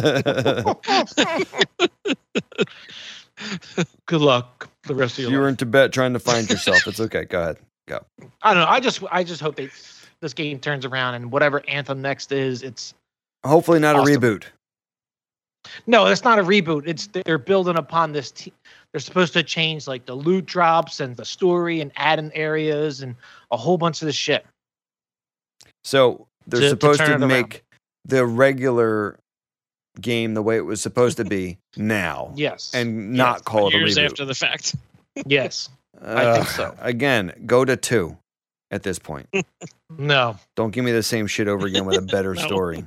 [SPEAKER 2] Good luck the rest of your
[SPEAKER 7] you
[SPEAKER 2] life.
[SPEAKER 7] were in Tibet trying to find yourself. It's okay. Go ahead. Go.
[SPEAKER 2] I don't know. I just I just hope they this game turns around and whatever Anthem next is, it's
[SPEAKER 7] Hopefully, not a
[SPEAKER 2] Awesome.
[SPEAKER 7] reboot.
[SPEAKER 2] No, it's not a reboot. It's they're building upon this. Te- they're supposed to change like the loot drops and the story and add in areas and a whole bunch of the shit.
[SPEAKER 7] So they're
[SPEAKER 2] To- to
[SPEAKER 7] supposed to,
[SPEAKER 2] turn it around.
[SPEAKER 7] make the regular game the way it was supposed to be now
[SPEAKER 2] Yes.
[SPEAKER 7] and not
[SPEAKER 2] Yes.
[SPEAKER 7] call it a
[SPEAKER 6] years
[SPEAKER 7] reboot.
[SPEAKER 6] after the fact.
[SPEAKER 2] yes. I think
[SPEAKER 7] Ugh.
[SPEAKER 2] so.
[SPEAKER 7] Again, go to two at this point.
[SPEAKER 2] No.
[SPEAKER 7] Don't give me the same shit over again with a better
[SPEAKER 6] No.
[SPEAKER 7] story.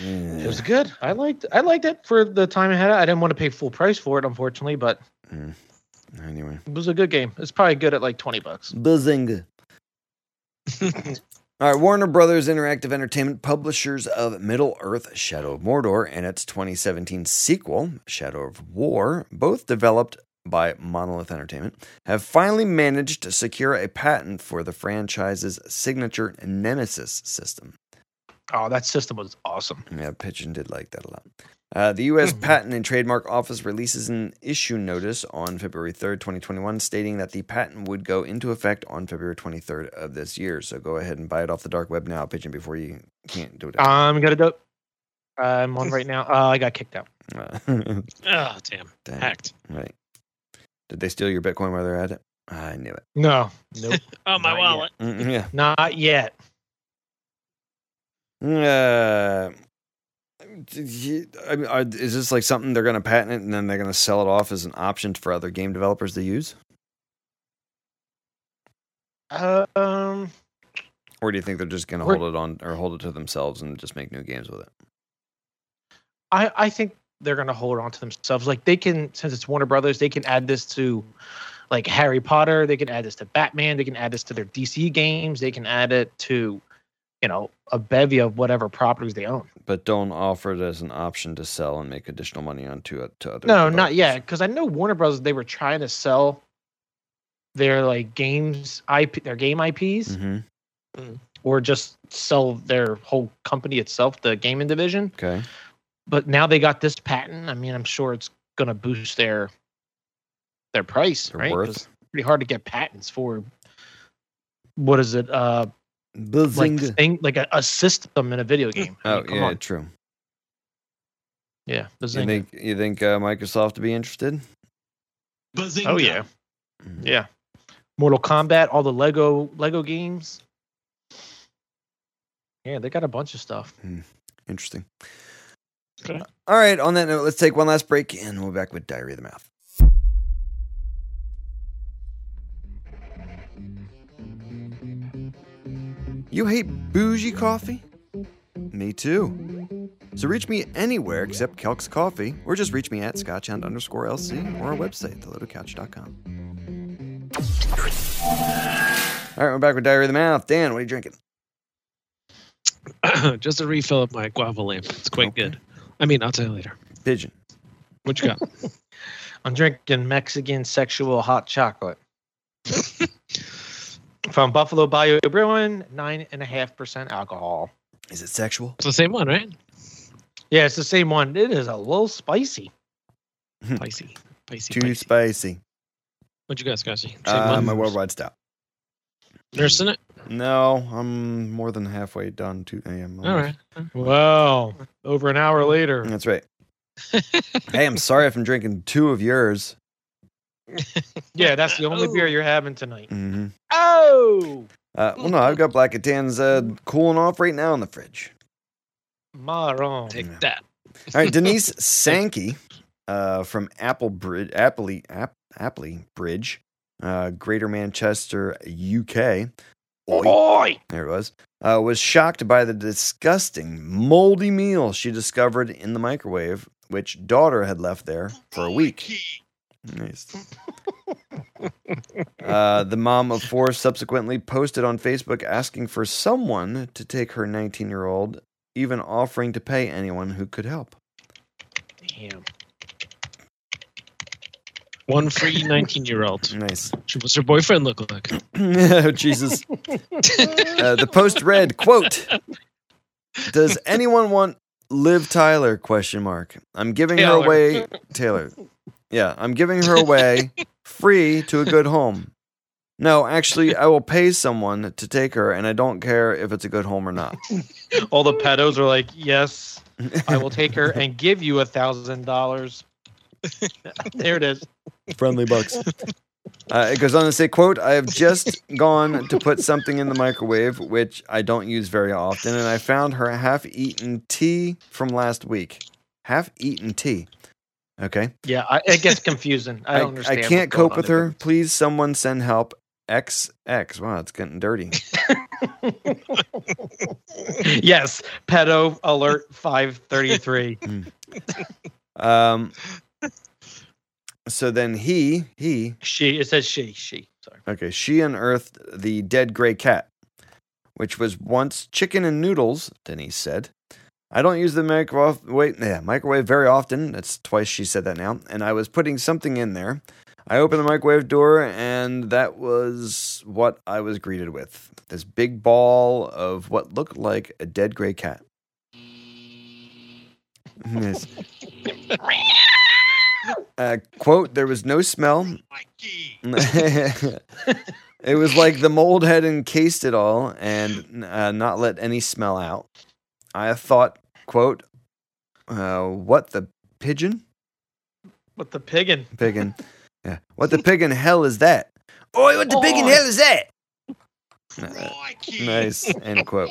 [SPEAKER 2] It
[SPEAKER 7] Yeah.
[SPEAKER 2] was good. I liked. I liked it for the time I had it. I didn't want to pay full price for it, unfortunately, but
[SPEAKER 7] Eh, Anyway,
[SPEAKER 2] it was a good game. It's probably good at like twenty bucks.
[SPEAKER 7] buzzing. All right, Warner Brothers Interactive Entertainment, publishers of Middle Earth Shadow of Mordor and its 2017 sequel, Shadow of War, both developed by Monolith Entertainment, have finally managed to secure a patent for the franchise's signature Nemesis system.
[SPEAKER 2] Oh, that system was awesome.
[SPEAKER 7] Yeah, Pigeon did like that a lot. Uh, the U.S. Patent and Trademark Office releases an issue notice on February 3rd, 2021, stating that the patent would go into effect on February 23rd of this year. So go ahead and buy it off the dark web now, Pigeon, before you can't do it.
[SPEAKER 2] I'm gonna do. I'm on right now. Uh, I got kicked out.
[SPEAKER 7] Uh,
[SPEAKER 2] Ah,
[SPEAKER 6] Oh, damn.
[SPEAKER 7] damn,
[SPEAKER 6] Hacked.
[SPEAKER 7] Right. Did they steal your Bitcoin while they're at it? I knew it.
[SPEAKER 2] No. Nope.
[SPEAKER 6] Oh, my
[SPEAKER 2] Not yet.
[SPEAKER 6] wallet.
[SPEAKER 7] Mm, yeah.
[SPEAKER 2] Not yet.
[SPEAKER 7] Uh, I mean, are, is this like something they're going to patent it and then they're going to sell it off as an option for other game developers to use?
[SPEAKER 2] um.
[SPEAKER 7] Or do you think they're just going to
[SPEAKER 2] We're-
[SPEAKER 7] hold it on or hold it to themselves and just make new games with it?
[SPEAKER 2] I, I think they're gonna hold on to themselves. Like they can, since it's Warner Brothers, they can add this to like Harry Potter. They can add this to Batman. They can add this to their DC games. They can add it to you know, a bevy of whatever properties they own.
[SPEAKER 7] but don't offer it as an option to sell and make additional money onto it to other.
[SPEAKER 2] No, not
[SPEAKER 7] developers.
[SPEAKER 2] yet. Because I know Warner Brothers, they were trying to sell their like games IP, their game IPs,
[SPEAKER 7] Mhm.
[SPEAKER 2] or just sell their whole company itself, the gaming division.
[SPEAKER 7] Okay.
[SPEAKER 2] But now they got this patent. I mean, I'm sure it's gonna boost their their price,
[SPEAKER 7] Their
[SPEAKER 2] right? 'Cause
[SPEAKER 7] worth.
[SPEAKER 2] It's pretty hard to get patents for. What is it? Uh, like
[SPEAKER 7] Bazinga.
[SPEAKER 2] thing, like a, a system in a video game. I
[SPEAKER 7] Oh
[SPEAKER 2] mean, come
[SPEAKER 7] yeah,
[SPEAKER 2] on.
[SPEAKER 7] true.
[SPEAKER 2] yeah.
[SPEAKER 7] You
[SPEAKER 2] Bazinga.
[SPEAKER 7] think you think uh, Microsoft would be interested? Mm-hmm.
[SPEAKER 11] Bazinga.
[SPEAKER 2] Oh yeah, yeah. Mortal Kombat, all the Lego Lego games. Yeah, they got a bunch of stuff.
[SPEAKER 7] Interesting.
[SPEAKER 2] Okay.
[SPEAKER 7] All right. On that note, let's take one last break, and we'll be back with Diary of the Mouth. You hate bougie coffee? Me too. So reach me anywhere except Kelk's Coffee, or just reach me at scotchhound underscore LC or our website, thelowdocouch.com. All right, we're back with Diary of the Mouth. Dan, what are you drinking?
[SPEAKER 6] Just a refill of my guava lamp. It's quite good. I mean, I'll tell you later.
[SPEAKER 7] Pigeon.
[SPEAKER 6] What you got?
[SPEAKER 2] I'm drinking Mexican sexual hot chocolate from Buffalo Bayou Brewing, nine and a half percent alcohol.
[SPEAKER 7] Is it sexual?
[SPEAKER 6] it's the same one, right?
[SPEAKER 2] Yeah, it's the same one. It is a little spicy.
[SPEAKER 6] Spicy. Spicy.
[SPEAKER 7] Too
[SPEAKER 6] spicy.
[SPEAKER 7] spicy.
[SPEAKER 6] What you got, Scotty? Same
[SPEAKER 7] Uh,
[SPEAKER 6] one?
[SPEAKER 7] my worldwide stout.
[SPEAKER 6] Nursing it?
[SPEAKER 7] No, I'm more than halfway done. To I am.
[SPEAKER 6] All right.
[SPEAKER 2] Wow. Over an hour later.
[SPEAKER 7] That's right. hey, I'm sorry if I'm drinking two of yours.
[SPEAKER 2] Yeah, that's the only beer you're having tonight.
[SPEAKER 7] Mm-hmm.
[SPEAKER 2] Oh,
[SPEAKER 7] Uh, well, no, I've got Black Catan's uh, cooling off right now in the fridge.
[SPEAKER 2] maron.
[SPEAKER 6] Take that.
[SPEAKER 7] All right, Denise Sankey uh, from Apple Bridge, Appley, App, Appley Bridge, uh, Greater Manchester, UK. Oi.
[SPEAKER 2] Boy,
[SPEAKER 7] There it was. Uh, was shocked by the disgusting moldy meal she discovered in the microwave, which daughter had left there for a week. Nice. Uh, the mom of four subsequently posted on Facebook asking for someone to take her 19 year old, even offering to pay anyone who could help.
[SPEAKER 2] damn.
[SPEAKER 6] One free 19 year old.
[SPEAKER 7] Nice.
[SPEAKER 6] What's her boyfriend look like?
[SPEAKER 7] oh, Jesus. Uh, the post read, quote, Does anyone want Liv Tyler? Question mark. I'm giving
[SPEAKER 6] Taylor.
[SPEAKER 7] her away Taylor. Yeah, I'm giving her away free to a good home. No, actually, I will pay someone to take her, and I don't care if it's a good home or not.
[SPEAKER 2] All the pedos are like, yes, I will take her and give you a thousand dollars. There it is.
[SPEAKER 7] friendly bucks. Uh, it goes on to say, "quote I have just gone to put something in the microwave, which I don't use very often, and I found her half-eaten tea from last week. Half-eaten tea. Okay,
[SPEAKER 2] Yeah, I, it gets confusing. I
[SPEAKER 7] I,
[SPEAKER 2] don't
[SPEAKER 7] I
[SPEAKER 2] understand.
[SPEAKER 7] can't
[SPEAKER 2] what's going
[SPEAKER 7] cope
[SPEAKER 2] on
[SPEAKER 7] with
[SPEAKER 2] there.
[SPEAKER 7] her. Please, someone send help. XX. Wow, it's getting dirty.
[SPEAKER 2] yes, pedo alert five thirty three.
[SPEAKER 7] Um, so then he he
[SPEAKER 2] She. It says she. She. Sorry.
[SPEAKER 7] Okay, she unearthed the dead gray cat, which was once chicken and noodles, Denise said. I don't use the microwave, wait, yeah, microwave very often. That's twice she said that now. And I was putting something in there. I opened the microwave door, and that was what I was greeted with this big ball of what looked like a dead gray cat. Yes. Uh, quote, there was no smell,
[SPEAKER 11] My key.
[SPEAKER 7] it was like the mold had encased it all and uh, not let any smell out. I thought, quote, uh, what the pigeon?
[SPEAKER 2] What the piggin?
[SPEAKER 7] Piggin. Yeah. What the pig in hell is that? Oi, what the pig in hell is that? Uh,
[SPEAKER 11] My key.
[SPEAKER 7] Nice. End quote.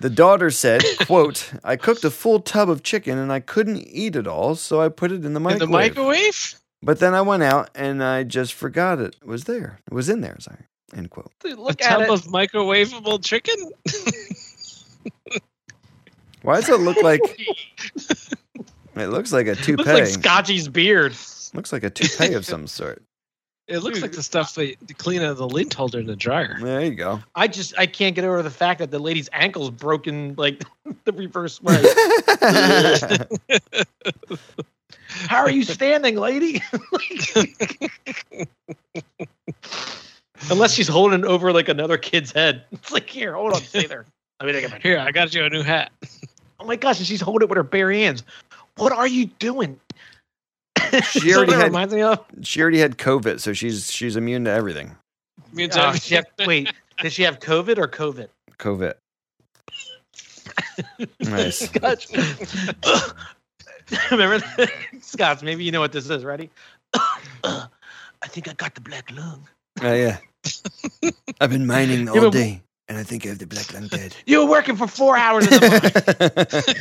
[SPEAKER 7] The daughter said, quote, I cooked a full tub of chicken and I couldn't eat it all, so I put it in the
[SPEAKER 6] In
[SPEAKER 7] microwave.
[SPEAKER 6] the microwave?
[SPEAKER 7] But then I went out and I just forgot it was there. It was in there, sorry. End quote.
[SPEAKER 2] Dude,
[SPEAKER 6] A
[SPEAKER 2] look at
[SPEAKER 6] tub
[SPEAKER 2] it.
[SPEAKER 6] of microwavable chicken?
[SPEAKER 7] Why does it look like it looks like a
[SPEAKER 2] Looks
[SPEAKER 7] toupee?
[SPEAKER 2] like Scotchy's beard.
[SPEAKER 7] looks like a toupee of some sort.
[SPEAKER 6] It looks like the stuff they, they clean out of the lint holder in the dryer.
[SPEAKER 7] There you go.
[SPEAKER 2] I just I can't get over the fact that the lady's ankle's broken like the reverse way. How are you standing, lady? Unless she's holding over like another kid's head. It's like here, hold on, stay there. I mean, I got my
[SPEAKER 6] Here, I got you a new hat.
[SPEAKER 2] oh my gosh, and she's holding it with her bare hands. What are you doing?
[SPEAKER 7] She already
[SPEAKER 2] Something
[SPEAKER 7] had-
[SPEAKER 2] reminds me of.
[SPEAKER 7] She already had COVID, so she's she's immune to everything.
[SPEAKER 6] Means
[SPEAKER 2] Oh,
[SPEAKER 6] I'm-
[SPEAKER 2] she have- wait, did she have COVID or COVID?
[SPEAKER 7] COVID. Nice.
[SPEAKER 2] Scotch. Remember, that? Scotch. Maybe you know what this is. Ready? I think I got the black lung.
[SPEAKER 7] Oh yeah. I've been mining
[SPEAKER 2] Yeah,
[SPEAKER 7] all
[SPEAKER 2] but-
[SPEAKER 7] day, and I think I have the black lung dead.
[SPEAKER 2] You were working for four hours in the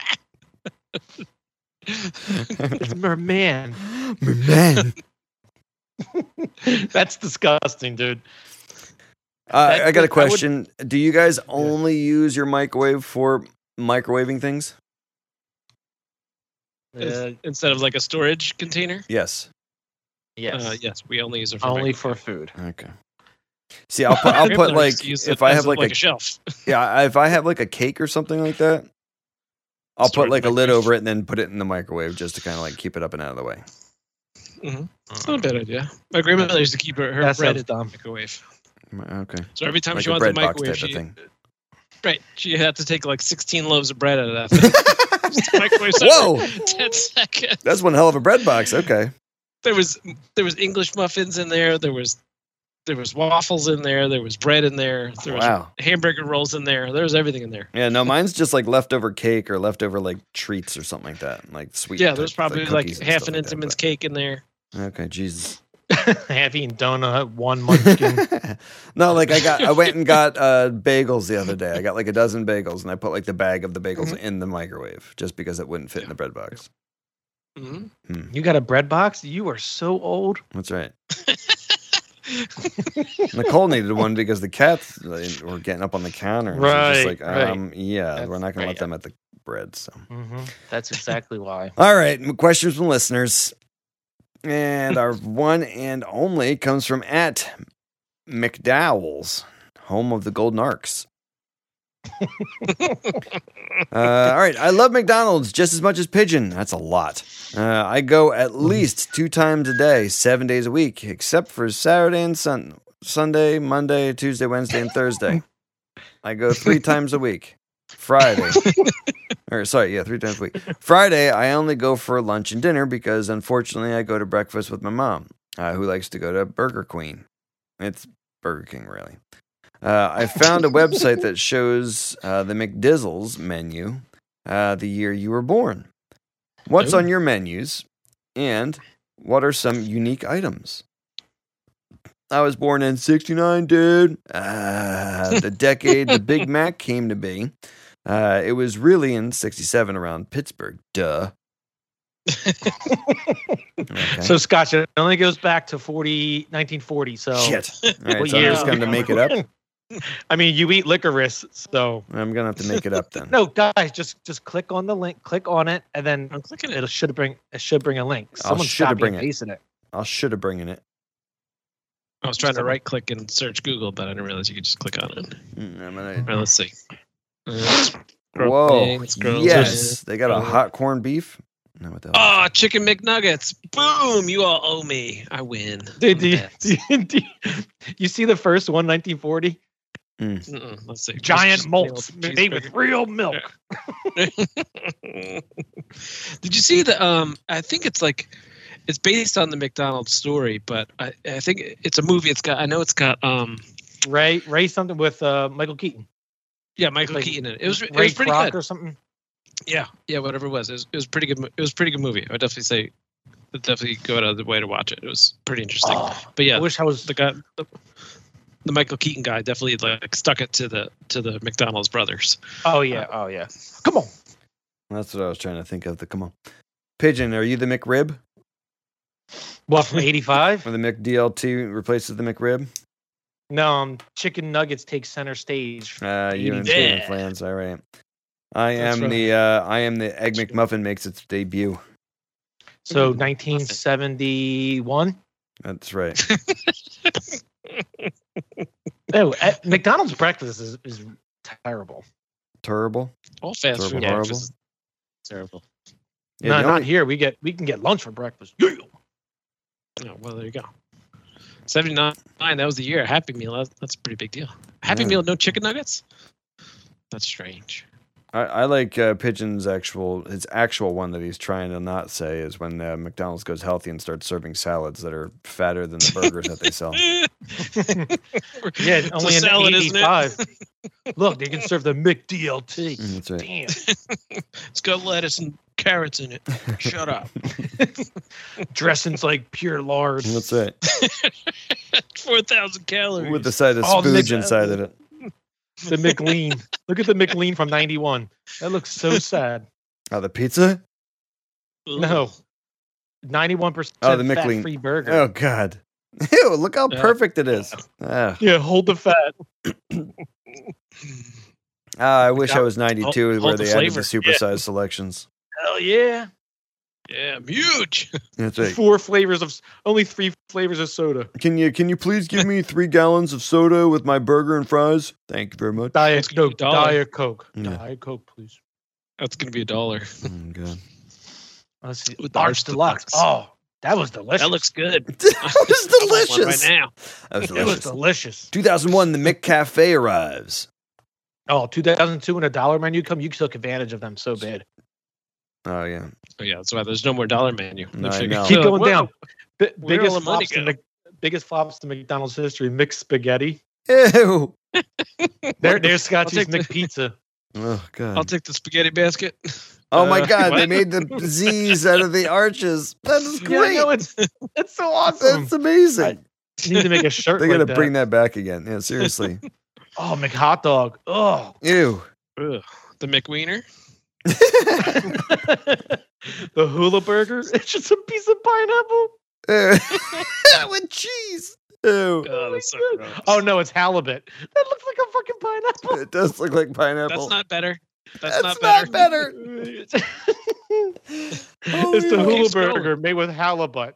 [SPEAKER 2] mine. It's Merman.
[SPEAKER 7] Man,
[SPEAKER 2] That's disgusting, dude.
[SPEAKER 7] uh, I got a
[SPEAKER 2] would-
[SPEAKER 7] question. Do you guys only use your microwave for microwaving things?
[SPEAKER 2] Uh,
[SPEAKER 6] Instead of like a storage container.
[SPEAKER 7] Yes.
[SPEAKER 2] yes.
[SPEAKER 6] Uh, yes, we only use it for
[SPEAKER 2] Only
[SPEAKER 6] microwave.
[SPEAKER 2] for food.
[SPEAKER 7] Okay. See, I'll put, I'll put
[SPEAKER 6] Grandmother used
[SPEAKER 7] like
[SPEAKER 6] to use
[SPEAKER 7] if
[SPEAKER 6] it
[SPEAKER 7] I
[SPEAKER 6] as
[SPEAKER 7] have like,
[SPEAKER 6] like
[SPEAKER 7] a,
[SPEAKER 6] a shelf.
[SPEAKER 7] yeah, I- if I have like a cake or something like that, I'll
[SPEAKER 6] Store
[SPEAKER 7] put
[SPEAKER 6] it in
[SPEAKER 7] like a
[SPEAKER 6] the
[SPEAKER 7] lid
[SPEAKER 6] microwave.
[SPEAKER 7] over it and then put it in the microwave just to kind of like keep it up and out of the way.
[SPEAKER 6] It's not a bad idea. My grandmother used to keep her, her
[SPEAKER 2] That
[SPEAKER 6] bread
[SPEAKER 2] sounds
[SPEAKER 6] in the
[SPEAKER 2] dumb.
[SPEAKER 6] microwave.
[SPEAKER 7] Okay.
[SPEAKER 6] So every time
[SPEAKER 7] Like
[SPEAKER 6] she
[SPEAKER 7] a
[SPEAKER 6] wanted the
[SPEAKER 7] bread box
[SPEAKER 6] microwave,
[SPEAKER 7] type of
[SPEAKER 6] she,
[SPEAKER 7] thing.
[SPEAKER 6] right, she had to take like 16 loaves of bread out of that thing. Just microwave that
[SPEAKER 7] Whoa!
[SPEAKER 6] for 10 seconds.
[SPEAKER 7] That's one hell of a bread box. Okay.
[SPEAKER 6] There was there was English muffins in there. There was there was waffles in there. There was bread in there. There was
[SPEAKER 7] Wow.
[SPEAKER 6] hamburger rolls in there. There was everything in there.
[SPEAKER 7] Yeah, no, mine's just like leftover cake or leftover like treats or something like that, like sweet.
[SPEAKER 6] yeah, there's
[SPEAKER 7] type-
[SPEAKER 6] probably like,
[SPEAKER 7] cookies and
[SPEAKER 6] half
[SPEAKER 7] stuff
[SPEAKER 6] an
[SPEAKER 7] like that,
[SPEAKER 6] Intamin's cake in there.
[SPEAKER 7] but- Okay, Jesus.
[SPEAKER 2] Half eaten donut, one munchkin.
[SPEAKER 7] no, like I got, I went and got uh, bagels the other day. I got like a dozen bagels, and I put like the bag of the bagels
[SPEAKER 2] Mm-hmm.
[SPEAKER 7] in the microwave just because it wouldn't fit in the bread box.
[SPEAKER 6] hmm
[SPEAKER 2] you got a bread box? You are so old.
[SPEAKER 7] That's right. Nicole needed one because the cats they were getting up on the counter. And she was
[SPEAKER 2] Right,
[SPEAKER 7] just
[SPEAKER 2] right.
[SPEAKER 7] like, um, yeah, we're not gonna
[SPEAKER 2] right.
[SPEAKER 7] let them at the bread. So,
[SPEAKER 2] hmm That's exactly why.
[SPEAKER 7] all right, m- questions from listeners, and our one and only comes from at McDowell's, home of the Golden Arcs. Uh, all right. I love McDonald's just as much as Pigeon. That's a lot. Uh, I go at least two times a day, seven days a week, except for Saturday and sun- Sunday, Monday, Tuesday, Wednesday, and Thursday. I go three times a week. Friday. or sorry, yeah, three times a week. Friday, I only go for lunch and dinner because unfortunately I go to breakfast with my mom, uh, who likes to go to Burger Queen. It's Burger King, really. Uh, I found a website that shows uh, the McDizzles menu, uh, the year you were born. What's on your menus, and what are some unique items? I was born in '69, dude. Uh, the decade the Big Mac came to be. Uh, it was really in '67 around Pittsburgh. Duh. Okay.
[SPEAKER 2] So Scotch, it only goes back to 40, 1940. So
[SPEAKER 7] shit. All right,
[SPEAKER 2] What
[SPEAKER 7] so I'm
[SPEAKER 2] year?
[SPEAKER 7] just going to make it up.
[SPEAKER 2] I mean, you eat licorice, so
[SPEAKER 7] I'm gonna have to make it up then.
[SPEAKER 2] no, guys, just just click on the link, click on it, and then
[SPEAKER 6] I'm clicking it.
[SPEAKER 2] it'll should bring it should bring a link.
[SPEAKER 7] I'll
[SPEAKER 2] Someone
[SPEAKER 7] shoulda
[SPEAKER 2] should
[SPEAKER 7] bring
[SPEAKER 2] bring and
[SPEAKER 7] it.
[SPEAKER 2] pasting it.
[SPEAKER 7] I should have bringing it.
[SPEAKER 6] I was trying to right click and search Google, but I didn't realize you could just click on it.
[SPEAKER 7] Mm, I'm gonna-
[SPEAKER 6] All right, let's see. Uh, scroll
[SPEAKER 7] Whoa!
[SPEAKER 6] thing, scroll
[SPEAKER 7] Yes,
[SPEAKER 6] down.
[SPEAKER 7] they got a hot corned beef. No, what the hell?
[SPEAKER 6] Oh, chicken McNuggets! Boom! You all owe me. I win.
[SPEAKER 2] Dude, do you,
[SPEAKER 6] Yeah.
[SPEAKER 2] do you, do you, you see the first one, 1940?
[SPEAKER 6] Mm-mm, let's see.
[SPEAKER 2] Giant
[SPEAKER 6] Just-
[SPEAKER 2] molts
[SPEAKER 6] just-
[SPEAKER 2] made with real milk.
[SPEAKER 6] Did you see the? Um, I think it's like, it's based on the McDonald's story, but I, I think it's a movie. It's got. I know it's got. Um,
[SPEAKER 2] Ray, Ray something with uh, Michael Keaton.
[SPEAKER 6] yeah, Michael
[SPEAKER 2] Like,
[SPEAKER 6] Keaton. In it. it was. It
[SPEAKER 2] Ray
[SPEAKER 6] was pretty
[SPEAKER 2] Kroc
[SPEAKER 6] good.
[SPEAKER 2] or something.
[SPEAKER 6] Yeah, yeah, whatever it was. It was, it was pretty good. mo- It was a pretty good movie. I would definitely say, I'd definitely go out of the way to watch it. It was pretty interesting. but yeah,
[SPEAKER 2] Oh, I wish I was
[SPEAKER 6] the guy, the, the Michael Keaton guy, definitely like stuck it to the to the McDonald's brothers.
[SPEAKER 2] Oh yeah, oh yeah. Come on.
[SPEAKER 7] That's what I was trying to think of. The come on, pigeon. Are you the McRib?
[SPEAKER 2] What from '85?
[SPEAKER 7] Or the McDLT replaces the McRib?
[SPEAKER 2] no, um, chicken nuggets take center stage.
[SPEAKER 7] Uh, you and Stephen Flans. All right. I
[SPEAKER 6] That's
[SPEAKER 7] am
[SPEAKER 6] right.
[SPEAKER 7] the uh, I am the egg McMuffin makes its debut.
[SPEAKER 2] So 1971.
[SPEAKER 7] That's right.
[SPEAKER 2] No, at- McDonald's breakfast is, is terrible.
[SPEAKER 7] Terrible.
[SPEAKER 6] All fast
[SPEAKER 7] Terrible,
[SPEAKER 6] food
[SPEAKER 7] horrible.
[SPEAKER 6] breakfast is terrible.
[SPEAKER 7] Yeah,
[SPEAKER 2] no,
[SPEAKER 7] the
[SPEAKER 2] not
[SPEAKER 7] only-
[SPEAKER 2] here. We get we can get lunch for breakfast. Yeah.
[SPEAKER 6] Yeah, well, there you go. 79, that was the year. Happy Meal, that, that's a pretty big deal. Happy
[SPEAKER 7] Yeah.
[SPEAKER 6] Meal, no chicken nuggets? That's strange.
[SPEAKER 7] I, I like uh, Pigeon's actual his actual one that he's trying to not say is when uh, McDonald's goes healthy and starts serving salads that are fatter than the burgers that they sell. Mm,
[SPEAKER 2] Yeah,
[SPEAKER 6] It's a
[SPEAKER 2] only an
[SPEAKER 6] salad, isn't it?
[SPEAKER 2] 85. Look, they can serve the McDLT.
[SPEAKER 7] Mm, That's right.
[SPEAKER 2] Damn.
[SPEAKER 6] It's got lettuce and carrots in it. Shut up.
[SPEAKER 2] Dressing's like pure lard.
[SPEAKER 7] That's right.
[SPEAKER 6] 4,000 calories.
[SPEAKER 7] With the side of
[SPEAKER 2] Oh, the
[SPEAKER 7] spooge
[SPEAKER 2] McDonald's.
[SPEAKER 7] inside of it.
[SPEAKER 2] The McLean. Look at the McLean from 91. That looks so sad.
[SPEAKER 7] Oh, the pizza?
[SPEAKER 2] No. 91%
[SPEAKER 7] Oh, the McLean.
[SPEAKER 2] fat free burger.
[SPEAKER 7] Oh God. Ew, look how
[SPEAKER 6] Yeah.
[SPEAKER 7] perfect it is. Ah,
[SPEAKER 2] Yeah, hold the fat.
[SPEAKER 7] Ah, I wish I was 92
[SPEAKER 6] Hold-
[SPEAKER 7] where
[SPEAKER 6] hold the
[SPEAKER 7] they added the
[SPEAKER 6] flavor.
[SPEAKER 7] supersized selections.
[SPEAKER 2] Hell yeah.
[SPEAKER 6] Yeah, I'm huge.
[SPEAKER 7] That's right.
[SPEAKER 2] Four flavors of only three flavors of soda.
[SPEAKER 7] Can you can you please give me three gallons of soda with my burger and fries? Thank you very much.
[SPEAKER 2] Diet Coke.
[SPEAKER 6] dollar.
[SPEAKER 2] Diet Coke.
[SPEAKER 7] Yeah.
[SPEAKER 2] Diet Coke, please.
[SPEAKER 6] That's going to be a dollar.
[SPEAKER 7] Oh, God.
[SPEAKER 2] Let's see.
[SPEAKER 6] With the
[SPEAKER 2] Large
[SPEAKER 6] Arch
[SPEAKER 2] Deluxe.
[SPEAKER 6] Deluxe.
[SPEAKER 2] Oh, that was delicious.
[SPEAKER 6] That looks good. I
[SPEAKER 7] that was
[SPEAKER 6] want one
[SPEAKER 7] delicious.
[SPEAKER 6] Right now.
[SPEAKER 7] That was
[SPEAKER 2] it was
[SPEAKER 7] delicious.
[SPEAKER 2] delicious.
[SPEAKER 7] 2001, the Mick Cafe arrives.
[SPEAKER 2] Oh, 2002 when a dollar menu come, you took advantage of them so bad.
[SPEAKER 7] Oh yeah,
[SPEAKER 6] Oh, yeah, that's why there's no more dollar menu.
[SPEAKER 7] No,
[SPEAKER 6] They
[SPEAKER 7] I
[SPEAKER 6] figured-
[SPEAKER 7] know.
[SPEAKER 2] Keep
[SPEAKER 6] They're
[SPEAKER 2] going
[SPEAKER 6] like,
[SPEAKER 2] down. B-
[SPEAKER 6] Oh. where all
[SPEAKER 2] biggest
[SPEAKER 6] the money
[SPEAKER 2] flops to
[SPEAKER 6] go?
[SPEAKER 2] Mc- biggest flops to McDonald's history: mixed spaghetti.
[SPEAKER 7] Ew.
[SPEAKER 2] There, there's Scotty's
[SPEAKER 6] take the-
[SPEAKER 2] McPizza.
[SPEAKER 7] Oh
[SPEAKER 6] I'll
[SPEAKER 7] god.
[SPEAKER 6] take the spaghetti basket.
[SPEAKER 7] Oh my
[SPEAKER 6] Uh,
[SPEAKER 7] god, they
[SPEAKER 6] what?
[SPEAKER 7] made the Z's out of the arches. That is
[SPEAKER 2] Yeah, I
[SPEAKER 7] great.
[SPEAKER 2] know, it's it's so awesome.
[SPEAKER 7] That's amazing.
[SPEAKER 2] you need to make a shirt.
[SPEAKER 7] They gotta
[SPEAKER 2] like
[SPEAKER 7] bring that back again. Yeah, seriously.
[SPEAKER 2] Oh, McHot dog. Oh,
[SPEAKER 7] Ew.
[SPEAKER 6] Ugh. The McWiener.
[SPEAKER 2] the Hula Burger. It's just a piece of pineapple.
[SPEAKER 7] Ew. With cheese. Ew.
[SPEAKER 6] Oh, that's so
[SPEAKER 2] Good.
[SPEAKER 6] gross.
[SPEAKER 2] Oh no, it's halibut. That looks like a fucking pineapple.
[SPEAKER 7] It does look like
[SPEAKER 6] That's
[SPEAKER 7] pineapple.
[SPEAKER 6] not better. That's,
[SPEAKER 7] That's
[SPEAKER 6] not
[SPEAKER 7] not better.
[SPEAKER 6] better.
[SPEAKER 2] it's
[SPEAKER 7] Oh,
[SPEAKER 2] the
[SPEAKER 7] yeah.
[SPEAKER 2] Hula
[SPEAKER 6] Keep scrolling.
[SPEAKER 2] Burger made with halibut.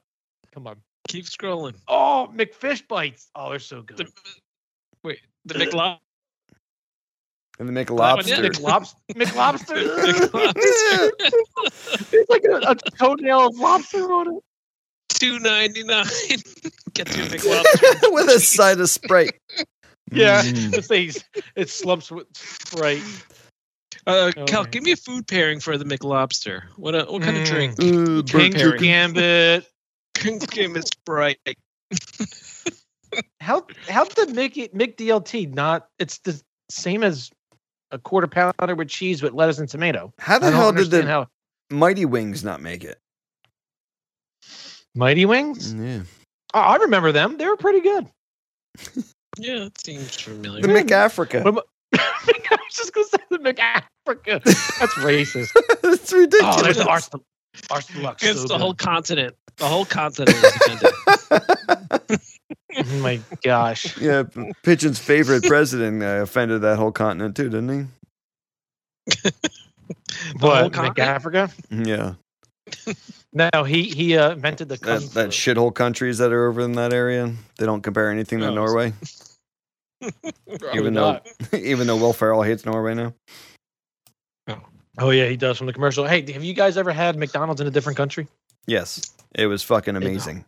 [SPEAKER 2] Come on.
[SPEAKER 6] Keep scrolling.
[SPEAKER 2] Oh, McFish bites. Oh, they're so good.
[SPEAKER 6] The, wait, the McLob.
[SPEAKER 7] And they make a
[SPEAKER 6] That one,
[SPEAKER 7] lobster.
[SPEAKER 6] yeah.
[SPEAKER 2] McLobs- McLobster.
[SPEAKER 6] McLobster.
[SPEAKER 2] it's like a, a toenail of lobster on it.
[SPEAKER 6] Two ninety nine. Get your uh, McLobster.
[SPEAKER 7] With a side of Sprite.
[SPEAKER 2] Yeah,
[SPEAKER 7] Mm.
[SPEAKER 2] it's these. It slumps with Sprite.
[SPEAKER 6] Uh, Cal,
[SPEAKER 2] Okay.
[SPEAKER 6] give me a food pairing for the McLobster. What uh, what kind of
[SPEAKER 2] Mm.
[SPEAKER 6] drink?
[SPEAKER 7] Ooh,
[SPEAKER 6] King-
[SPEAKER 2] King
[SPEAKER 7] burger.
[SPEAKER 6] pairing.
[SPEAKER 2] Gambit.
[SPEAKER 6] give me Sprite.
[SPEAKER 2] How how did Mickey McDLT not? It's the same as a quarter pounder with cheese with lettuce and tomato.
[SPEAKER 7] How
[SPEAKER 2] I
[SPEAKER 7] the
[SPEAKER 2] don't
[SPEAKER 7] hell did
[SPEAKER 2] understand
[SPEAKER 7] the
[SPEAKER 2] how
[SPEAKER 7] Mighty Wings not make it?
[SPEAKER 2] Mighty Wings.
[SPEAKER 7] Yeah.
[SPEAKER 2] Oh, I remember them. They were pretty good.
[SPEAKER 6] Yeah, it seems
[SPEAKER 7] The
[SPEAKER 6] familiar.
[SPEAKER 7] Mick Africa.
[SPEAKER 2] I was just gonna say the McAfrica. That's racist.
[SPEAKER 7] it's ridiculous.
[SPEAKER 2] Oh, there's the Arsenal. Arsenal.
[SPEAKER 6] Against the whole continent. The whole continent is offended.
[SPEAKER 2] Oh my gosh.
[SPEAKER 7] Yeah, P- Pigeon's favorite president uh, offended that whole continent too, didn't
[SPEAKER 6] The whole
[SPEAKER 2] What
[SPEAKER 6] continent?
[SPEAKER 2] McAfrica?
[SPEAKER 7] he? Yeah,
[SPEAKER 2] No, he he uh, invented the
[SPEAKER 7] that,
[SPEAKER 2] kung
[SPEAKER 7] that
[SPEAKER 2] fu.
[SPEAKER 7] shithole countries that are over in that area, they don't compare anything to
[SPEAKER 6] No.
[SPEAKER 7] Norway, even though
[SPEAKER 6] not.
[SPEAKER 7] even though Will Ferrell hates Norway now.
[SPEAKER 2] Oh yeah, he does from the commercial. Hey, have you guys ever had McDonald's in a different country?
[SPEAKER 7] Yes, it was fucking amazing.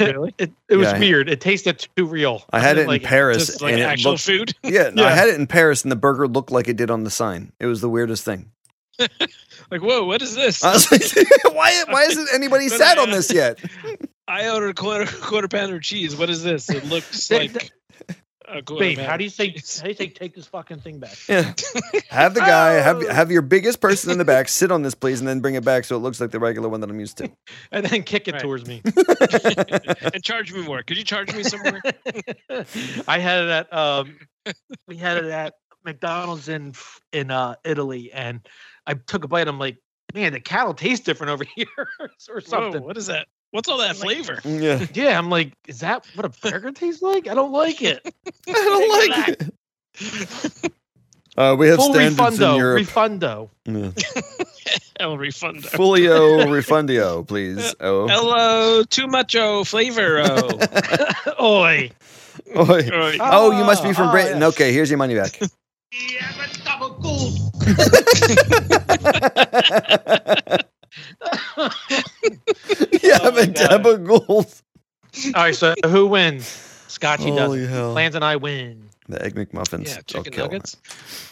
[SPEAKER 6] Really?
[SPEAKER 2] it, it was
[SPEAKER 7] Yeah, I-
[SPEAKER 2] weird. It tasted too real.
[SPEAKER 7] I had it in
[SPEAKER 2] like,
[SPEAKER 7] Paris,
[SPEAKER 6] Just like
[SPEAKER 7] and it
[SPEAKER 6] actual
[SPEAKER 7] looked,
[SPEAKER 6] food.
[SPEAKER 7] yeah, I
[SPEAKER 2] Yeah.
[SPEAKER 7] had it in Paris, and the burger looked like it did on the sign. It was the weirdest thing.
[SPEAKER 6] Like, whoa, what is this?
[SPEAKER 7] I was like, why why isn't anybody
[SPEAKER 6] But
[SPEAKER 7] sat
[SPEAKER 6] I-
[SPEAKER 7] on this yet?
[SPEAKER 6] I ordered a quarter quarter pounder of cheese. What is this? It looks
[SPEAKER 2] They-
[SPEAKER 6] like a quarter
[SPEAKER 2] Babe,
[SPEAKER 6] pounder
[SPEAKER 2] how do you say?
[SPEAKER 6] cheese.
[SPEAKER 2] How do you say? Take this fucking thing back.
[SPEAKER 7] Yeah. Have the guy have
[SPEAKER 2] Oh.
[SPEAKER 7] have your biggest person in the back sit on this, please, and then bring it back so it looks like the regular one that I'm used to.
[SPEAKER 2] and then kick it
[SPEAKER 6] Right.
[SPEAKER 2] towards me.
[SPEAKER 6] and charge me more. Could you charge me some more?
[SPEAKER 2] I had it at um, we had it at McDonald's in F- in uh, Italy, and I took a bite. I'm like, man, the cattle tastes different over here, or
[SPEAKER 6] Whoa,
[SPEAKER 2] something.
[SPEAKER 6] what is that? What's all that flavor?
[SPEAKER 7] yeah,
[SPEAKER 2] yeah, I'm like, is that what a burger tastes like? I don't like it.
[SPEAKER 7] I don't like it. Uh, we have
[SPEAKER 2] Full
[SPEAKER 7] Uh, standards in
[SPEAKER 2] refundo,
[SPEAKER 7] Europe.
[SPEAKER 2] refundo.
[SPEAKER 7] Yeah.
[SPEAKER 6] El Refundo.
[SPEAKER 7] Fulio refundio, please. Oh,
[SPEAKER 6] Hello, too mucho flavor. uh,
[SPEAKER 2] Oi.
[SPEAKER 7] Oi.
[SPEAKER 6] Oi.
[SPEAKER 7] oh, you must be from
[SPEAKER 2] Ah,
[SPEAKER 7] Britain. Okay, here's your money back. yeah,
[SPEAKER 2] Oh my
[SPEAKER 7] but double gold.
[SPEAKER 2] All right, so who wins? Scotchy
[SPEAKER 7] Holy
[SPEAKER 2] does.
[SPEAKER 7] hell.
[SPEAKER 2] Plans and I win.
[SPEAKER 7] The egg McMuffins.
[SPEAKER 6] Yeah, chicken
[SPEAKER 7] will kill
[SPEAKER 6] nuggets.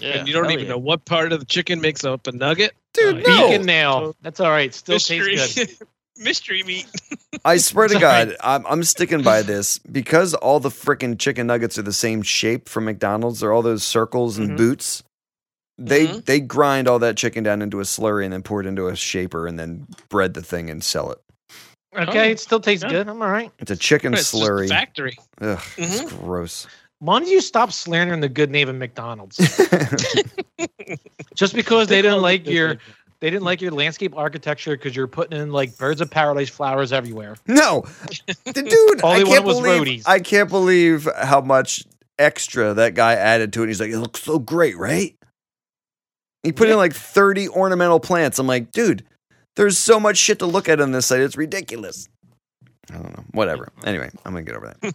[SPEAKER 2] Yeah,
[SPEAKER 6] and you don't
[SPEAKER 2] hell
[SPEAKER 6] even
[SPEAKER 2] yeah.
[SPEAKER 6] know what part of the chicken makes up a nugget.
[SPEAKER 7] Dude, no.
[SPEAKER 2] Beacon nail. That's all right. Still tastes good.
[SPEAKER 6] mystery meat.
[SPEAKER 7] I swear to
[SPEAKER 2] It's all right.
[SPEAKER 7] God, I'm, I'm sticking by this because all the freaking chicken nuggets are the same shape from McDonald's. They're all those circles and
[SPEAKER 6] Mhm.
[SPEAKER 7] boots. They
[SPEAKER 6] Mhm.
[SPEAKER 7] they grind all that chicken down into a slurry and then pour it into a shaper and then bread the thing and sell it.
[SPEAKER 2] Okay, it still tastes
[SPEAKER 6] Yeah.
[SPEAKER 2] good. I'm all right.
[SPEAKER 7] It's a chicken
[SPEAKER 6] It's just a
[SPEAKER 7] slurry.
[SPEAKER 6] factory.
[SPEAKER 7] Ugh, it's
[SPEAKER 6] Mhm.
[SPEAKER 7] gross.
[SPEAKER 2] Why don't you stop slandering the good name of McDonald's? Just because they didn't like your they didn't like your landscape architecture because you're putting in like birds of paradise flowers everywhere.
[SPEAKER 7] No, dude,
[SPEAKER 2] All
[SPEAKER 7] I
[SPEAKER 2] he
[SPEAKER 7] can't
[SPEAKER 2] wanted was
[SPEAKER 7] believe
[SPEAKER 2] roadies.
[SPEAKER 7] I can't believe how much extra that guy added to it. He's like, it looks so great, right? He put in like thirty ornamental plants. I'm like, dude, there's so much shit to look at on this site. It's ridiculous. I don't know. Whatever. Anyway, I'm gonna get over that.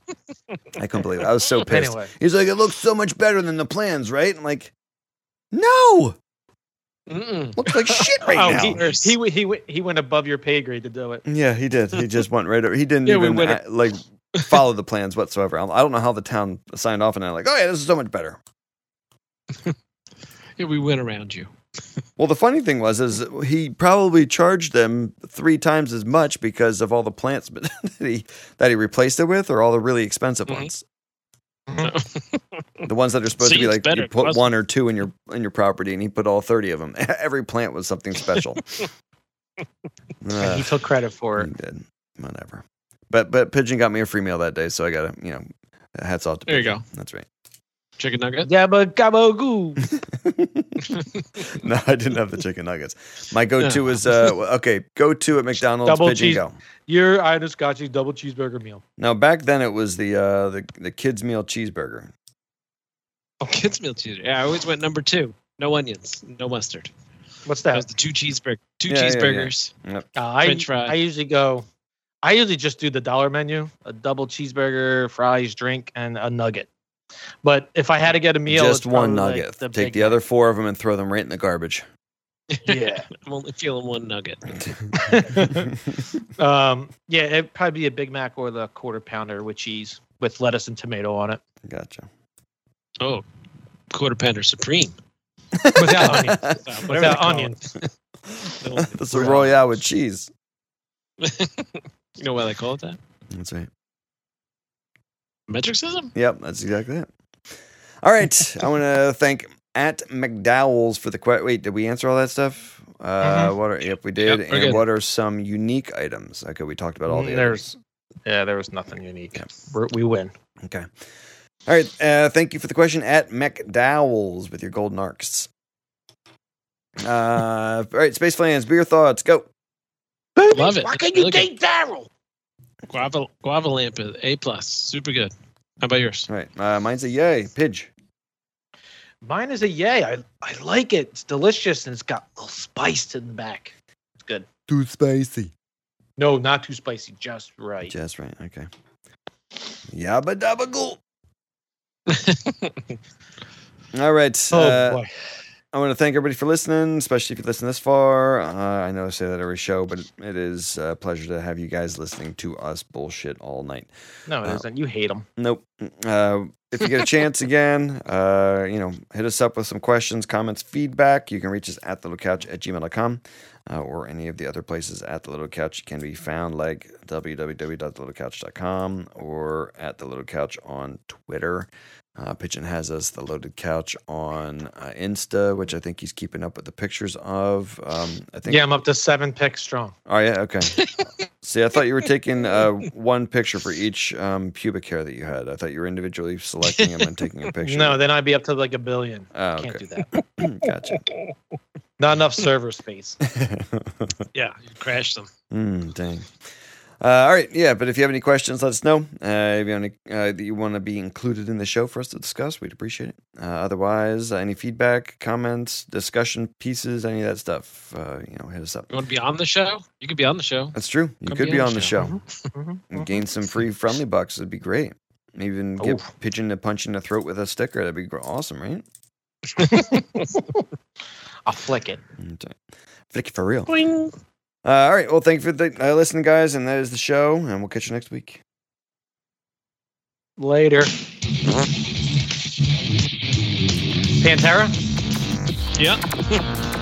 [SPEAKER 7] I couldn't believe it. I was so pissed.
[SPEAKER 2] Anyway.
[SPEAKER 7] He's like, it looks so much better than the plans, right? I'm like, no,
[SPEAKER 6] Mm-mm.
[SPEAKER 7] looks like shit right
[SPEAKER 2] oh,
[SPEAKER 7] now.
[SPEAKER 2] he, he w- he w- he went above your pay grade to do it.
[SPEAKER 7] Yeah, he did. He just went right over. He didn't
[SPEAKER 6] Yeah, we
[SPEAKER 7] even
[SPEAKER 6] went-
[SPEAKER 7] uh, like follow the plans whatsoever. I I don't know how the town signed off on that. Like, oh yeah, this is so much better.
[SPEAKER 6] Yeah, we went around you.
[SPEAKER 7] Well, the funny thing was is he probably charged them three times as much because of all the plants that he that he replaced it with, or all the really expensive
[SPEAKER 6] Mhm.
[SPEAKER 7] ones.
[SPEAKER 6] Mm-hmm.
[SPEAKER 7] The ones that are supposed to be
[SPEAKER 6] Seems
[SPEAKER 7] like
[SPEAKER 6] better,
[SPEAKER 7] you put
[SPEAKER 6] doesn't
[SPEAKER 7] one or two in your in your property, and he put all thirty of them. Every plant was something special. Uh,
[SPEAKER 2] And he
[SPEAKER 7] Ugh.
[SPEAKER 2] took credit for
[SPEAKER 7] He
[SPEAKER 2] it.
[SPEAKER 7] did. Whatever. But but Pigeon got me a free meal that day, so I gotta, you know, hats off to
[SPEAKER 6] There you
[SPEAKER 7] Pigeon.
[SPEAKER 6] go.
[SPEAKER 7] That's right.
[SPEAKER 6] Chicken nugget.
[SPEAKER 7] Mm.
[SPEAKER 2] Gabba gabba goo.
[SPEAKER 7] no, I didn't have the chicken nuggets. My go to was uh okay, go to at McDonald's
[SPEAKER 2] Double
[SPEAKER 7] Pigeon
[SPEAKER 2] cheese-
[SPEAKER 7] Go.
[SPEAKER 2] Your Ida Scotchy's double cheeseburger meal.
[SPEAKER 7] Now back then it was the uh the, the kids meal cheeseburger.
[SPEAKER 6] Oh, kids meal cheeseburger. Yeah, I always went number two. No onions, no mustard.
[SPEAKER 2] What's
[SPEAKER 6] That
[SPEAKER 2] that?
[SPEAKER 6] was the two cheeseburger, two
[SPEAKER 7] Yeah, yeah, yeah.
[SPEAKER 6] cheeseburgers.
[SPEAKER 2] Uh, I,
[SPEAKER 6] French fries.
[SPEAKER 2] I usually go. I usually just do the dollar menu: a double cheeseburger, fries, drink, and a nugget. But if I had to get a meal,
[SPEAKER 7] Just
[SPEAKER 2] it's
[SPEAKER 7] one
[SPEAKER 2] probably,
[SPEAKER 7] nugget.
[SPEAKER 2] like, the
[SPEAKER 7] Take
[SPEAKER 2] Big
[SPEAKER 7] the other four of them and throw them right in the garbage.
[SPEAKER 2] Yeah.
[SPEAKER 6] I'm only feeling one nugget.
[SPEAKER 2] Mac. Um, yeah, it'd probably be a Big Mac or the quarter pounder with cheese, with lettuce and tomato on it,
[SPEAKER 7] gotcha.
[SPEAKER 6] Oh, quarter pounder supreme.
[SPEAKER 2] without onions.
[SPEAKER 6] Uh, whatever they
[SPEAKER 2] Without
[SPEAKER 6] call it.
[SPEAKER 2] onions.
[SPEAKER 7] That's a royale with cheese.
[SPEAKER 6] You know why they call it that?
[SPEAKER 7] That's right.
[SPEAKER 6] Metricism.
[SPEAKER 7] Yep, that's exactly it. All right, I want to thank at McDowell's for the question. Wait, did we answer all that stuff? Uh, What are? Yep, we did.
[SPEAKER 6] Mm-hmm. Yep, we're
[SPEAKER 7] and
[SPEAKER 6] good.
[SPEAKER 7] what are some unique items? Okay, we talked about all the
[SPEAKER 2] There's, yeah, there was nothing unique. We're, we win.
[SPEAKER 7] others. Okay. All right. Uh, thank you for the question at McDowell's with your golden arcs. Uh, all right, space fans, beer thoughts. Go.
[SPEAKER 6] Love it.
[SPEAKER 2] Why
[SPEAKER 6] It's
[SPEAKER 2] can you
[SPEAKER 6] really good.
[SPEAKER 2] date Daryl?
[SPEAKER 6] Guava, guava lamp is A plus. Super good. How about yours?
[SPEAKER 7] All right, uh, mine's a yay. Pidge.
[SPEAKER 2] Mine is a yay. I, I like it. It's delicious and it's got a little spice to the back. It's good.
[SPEAKER 1] Too spicy.
[SPEAKER 2] No, not too spicy, just right.
[SPEAKER 7] Just right. Okay. Yabba dabba gulp. All right.
[SPEAKER 2] oh
[SPEAKER 7] uh,
[SPEAKER 2] boy.
[SPEAKER 7] I want to thank everybody for listening, especially if you listen this far. Uh, I know I say that every show, but it is a pleasure to have you guys listening to us bullshit all night.
[SPEAKER 2] No, it
[SPEAKER 7] uh,
[SPEAKER 2] not You hate them.
[SPEAKER 7] Nope. Uh, if you get a chance again, uh, you know, hit us up with some questions, comments, feedback. You can reach us at thelittllecouch at gmail.com uh, or any of the other places at The Little Couch can be found, like www.thelittlecouch.com or at The Little Couch on Twitter. Uh, Pigeon has us The Loaded Couch on uh, Insta, which I think he's keeping up with the pictures of. Um, I think
[SPEAKER 2] Yeah, I'm up to seven picks strong.
[SPEAKER 7] Oh yeah, okay. See, I thought you were taking uh, one picture for each um, pubic hair that you had. I thought you were individually selecting them and taking a picture.
[SPEAKER 2] No, then I'd be up to like a billion.
[SPEAKER 7] oh,
[SPEAKER 2] Can't do
[SPEAKER 7] okay.
[SPEAKER 2] that.
[SPEAKER 7] gotcha.
[SPEAKER 2] Not enough server space.
[SPEAKER 6] Yeah, you crashed them.
[SPEAKER 7] mm, Hmm, dang. Uh, all right, yeah, but if you have any questions, let us know. Uh, if you want to, uh, that you want to be included in the show for us to discuss, we'd appreciate it. Uh, otherwise, uh, any feedback, comments, discussion pieces, any of that stuff, uh, you know, hit us up.
[SPEAKER 6] You want to be on the show? You could be on the show.
[SPEAKER 7] That's true. You
[SPEAKER 6] Come
[SPEAKER 7] could be on the show.
[SPEAKER 6] Mm-hmm.
[SPEAKER 7] And gain some free friendly bucks. That'd be great. Even get pigeon to punch in the throat with a sticker. That'd be gr- awesome, right?
[SPEAKER 2] I'll flick it.
[SPEAKER 7] Mm, Flick it for real.
[SPEAKER 6] Boing.
[SPEAKER 7] Uh, all right. Well, thank you for the, uh, listening, guys. And that is the show. And we'll catch you next week.
[SPEAKER 2] Later. Pantera?
[SPEAKER 6] Yeah.